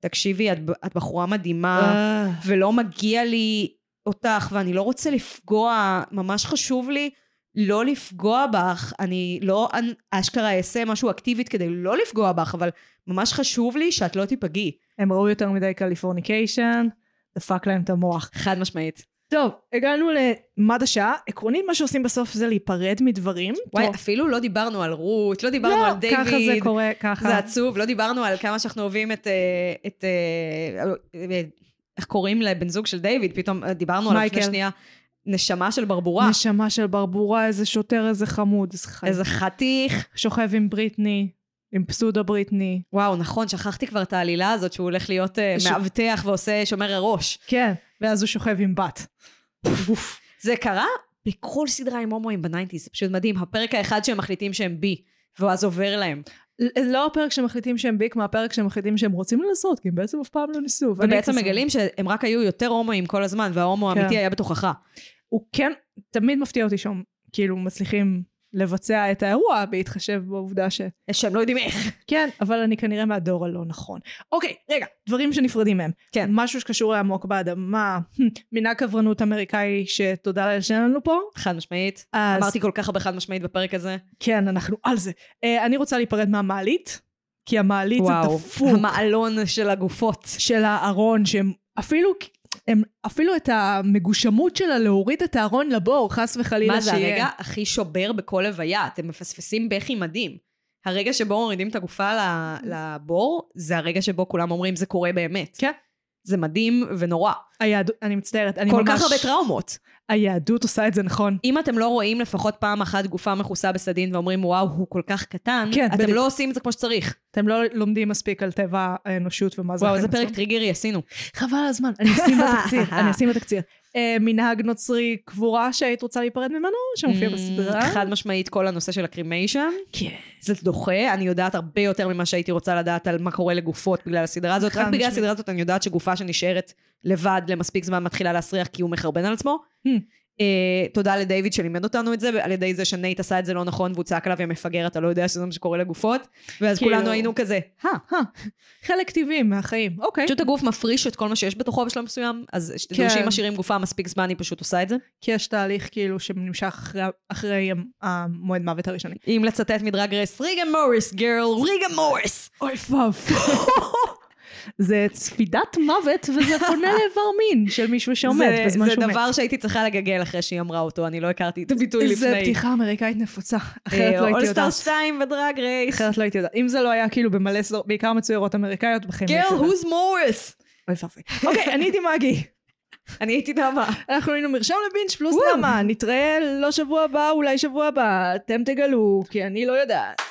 Speaker 2: תקשיבי, את, ב- את בחורה מדהימה,
Speaker 1: אה,
Speaker 2: ולא מגיע לי אותך, ואני לא רוצה לפגוע, ממש חשוב לי לא לפגוע בך. אני לא אני, אשכרה אעשה משהו אקטיבית כדי לא לפגוע בך, אבל ממש חשוב לי שאת לא תיפגעי.
Speaker 1: הם ראו יותר מדי קליפורניקיישן, דפק להם את המוח.
Speaker 2: חד משמעית.
Speaker 1: טוב, הגענו למד השעה. עקרונית מה שעושים בסוף זה להיפרד מדברים.
Speaker 2: וואי,
Speaker 1: טוב.
Speaker 2: אפילו לא דיברנו על רות, לא דיברנו על
Speaker 1: לא,
Speaker 2: דיוויד.
Speaker 1: ככה זה קורה, ככה.
Speaker 2: זה עצוב, לא דיברנו על כמה שאנחנו אוהבים את... אה, את אה, אה, איך קוראים לבן זוג של דיוויד, פתאום אה, דיברנו עליו לפני
Speaker 1: מייקל.
Speaker 2: שנייה. נשמה של ברבורה.
Speaker 1: נשמה של ברבורה, איזה שוטר, איזה חמוד. איזה חי-
Speaker 2: איזה חתיך.
Speaker 1: שוכב עם בריטני, עם פסודו בריטני.
Speaker 2: וואו, נכון, שכחתי כבר את העלילה הזאת שהוא הולך להיות אה,
Speaker 1: ש-
Speaker 2: מאבטח ועושה שומר הראש.
Speaker 1: כן. ואז הוא שוכב עם בת.
Speaker 2: זה קרה בכל סדרה עם הומואים בניינטיז, זה פשוט מדהים. הפרק האחד שהם מחליטים שהם בי, ואז עובר להם.
Speaker 1: לא הפרק שמחליטים שהם ביק, מהפרק שמחליטים שהם רוצים לנסות, כי הם בעצם אף פעם לא ניסו. ואני
Speaker 2: ובעצם
Speaker 1: כזה-
Speaker 2: מגלים שהם רק היו יותר הומואים כל הזמן, וההומו
Speaker 1: כן.
Speaker 2: האמיתי היה בתוכך.
Speaker 1: הוא כן, תמיד מפתיע אותי שהם כאילו מצליחים לבצע את האירוע בהתחשב בעובדה ש...
Speaker 2: שהם לא יודעים איך.
Speaker 1: כן, אבל אני כנראה מהדור הלא נכון. אוקיי, רגע, דברים שנפרדים מהם.
Speaker 2: כן.
Speaker 1: משהו שקשור לעמוק באדמה, מנהג קברנות אמריקאי שתודה לאל שאין לנו פה.
Speaker 2: חד משמעית.
Speaker 1: אז
Speaker 2: אמרתי כל כך הרבה חד משמעית בפרק הזה.
Speaker 1: כן, אנחנו על זה. אה, אני רוצה להיפרד מהמעלית, כי המעלית זה דפוק
Speaker 2: המעלון של הגופות.
Speaker 1: של הארון, שהם אפילו, הם, אפילו את המגושמות שלה להוריד את הארון לבור, חס וחלילה
Speaker 2: מה זה
Speaker 1: שיהיה.
Speaker 2: הרגע הכי שובר בכל לוויה? אתם מפספסים בכי מדהים. הרגע שבו מורידים את הגופה ל- לבור, זה הרגע שבו כולם אומרים זה קורה באמת.
Speaker 1: כן.
Speaker 2: זה מדהים ונורא.
Speaker 1: היהדות, אני מצטערת, אני
Speaker 2: כל
Speaker 1: ממש...
Speaker 2: כך הרבה טראומות.
Speaker 1: היהדות עושה את זה נכון.
Speaker 2: אם אתם לא רואים לפחות פעם אחת גופה מכוסה בסדין ואומרים וואו, הוא כל כך קטן,
Speaker 1: כן,
Speaker 2: אתם
Speaker 1: בדיוק.
Speaker 2: לא עושים את זה כמו שצריך.
Speaker 1: אתם לא לומדים מספיק על טבע האנושות ומה זה
Speaker 2: וואו,
Speaker 1: החיים
Speaker 2: איזה פרק
Speaker 1: עצמם.
Speaker 2: טריגרי עשינו.
Speaker 1: חבל על הזמן, אני אשים בתקציר, אני אשים בתקציר. אה, מנהג נוצרי קבורה שהיית רוצה להיפרד ממנו,
Speaker 2: Mm,
Speaker 1: שמופיע בסדרה.
Speaker 2: חד משמעית כל הנושא של הקרימיישן.
Speaker 1: כן.
Speaker 2: זה דוחה, אני יודעת הרבה יותר ממה שהייתי רוצה לדעת על מה קורה לגופות בגלל הסדרה הזאת. אה,
Speaker 1: חד
Speaker 2: רק בגלל
Speaker 1: משמעית.
Speaker 2: הסדרה הזאת אני יודעת שגופה שנשארת לבד למספיק זמן מתחילה להסריח כי הוא מחרבן על עצמו.
Speaker 1: Hmm.
Speaker 2: אה, תודה לדיוויד שלימד אותנו את זה, על ידי זה שנייט עשה את זה לא נכון והוא צעק עליו יא מפגר, אתה לא יודע שזה מה שקורה לגופות. ואז
Speaker 1: כאילו-
Speaker 2: כולנו היינו כזה, "הא,
Speaker 1: אה. חלק טבעי מהחיים, אוקיי.
Speaker 2: פשוט הגוף מפריש את כל מה שיש בתוכו בשלב מסוים, אז שתדעו
Speaker 1: כן.
Speaker 2: שאם משאירים גופה מספיק זמן היא פשוט עושה את זה.
Speaker 1: כי יש תהליך כאילו שנמשך אחרי- אחרי המועד מוות הראשוני.
Speaker 2: אם לצטט מדרג רס, ריגה מוריס גרל, ריגה מוריס.
Speaker 1: אוי ואבוי. זה צפידת מוות וזה פונה לאיבר מין של מישהו שעומד
Speaker 2: זה-
Speaker 1: בזמן שהוא מת.
Speaker 2: זה דבר שהייתי צריכה לגגל אחרי שהיא אמרה אותו, אני לא הכרתי את הביטוי לפני. אה,
Speaker 1: זה פתיחה אמריקאית נפוצה, אחרת לא הייתי יודעת.
Speaker 2: אולסטאר 2 ודרג רייס.
Speaker 1: אחרת לא הייתי יודעת. אם זה לא היה כאילו במלא סדרות, בעיקר מצוירות אמריקאיות, בחיים לא
Speaker 2: גרל,
Speaker 1: הייתי יודעת.
Speaker 2: who's מוריס?
Speaker 1: אוי ואבוי. אוקיי, אני הייתי מגי.
Speaker 2: אני הייתי נעמה.
Speaker 1: אנחנו היינו מרשם לבינץ' פלוס
Speaker 2: וואו.
Speaker 1: נעמה, נתראה לא שבוע הבא, אולי שבוע הבא, אתם תגלו, כי אני לא יודעת.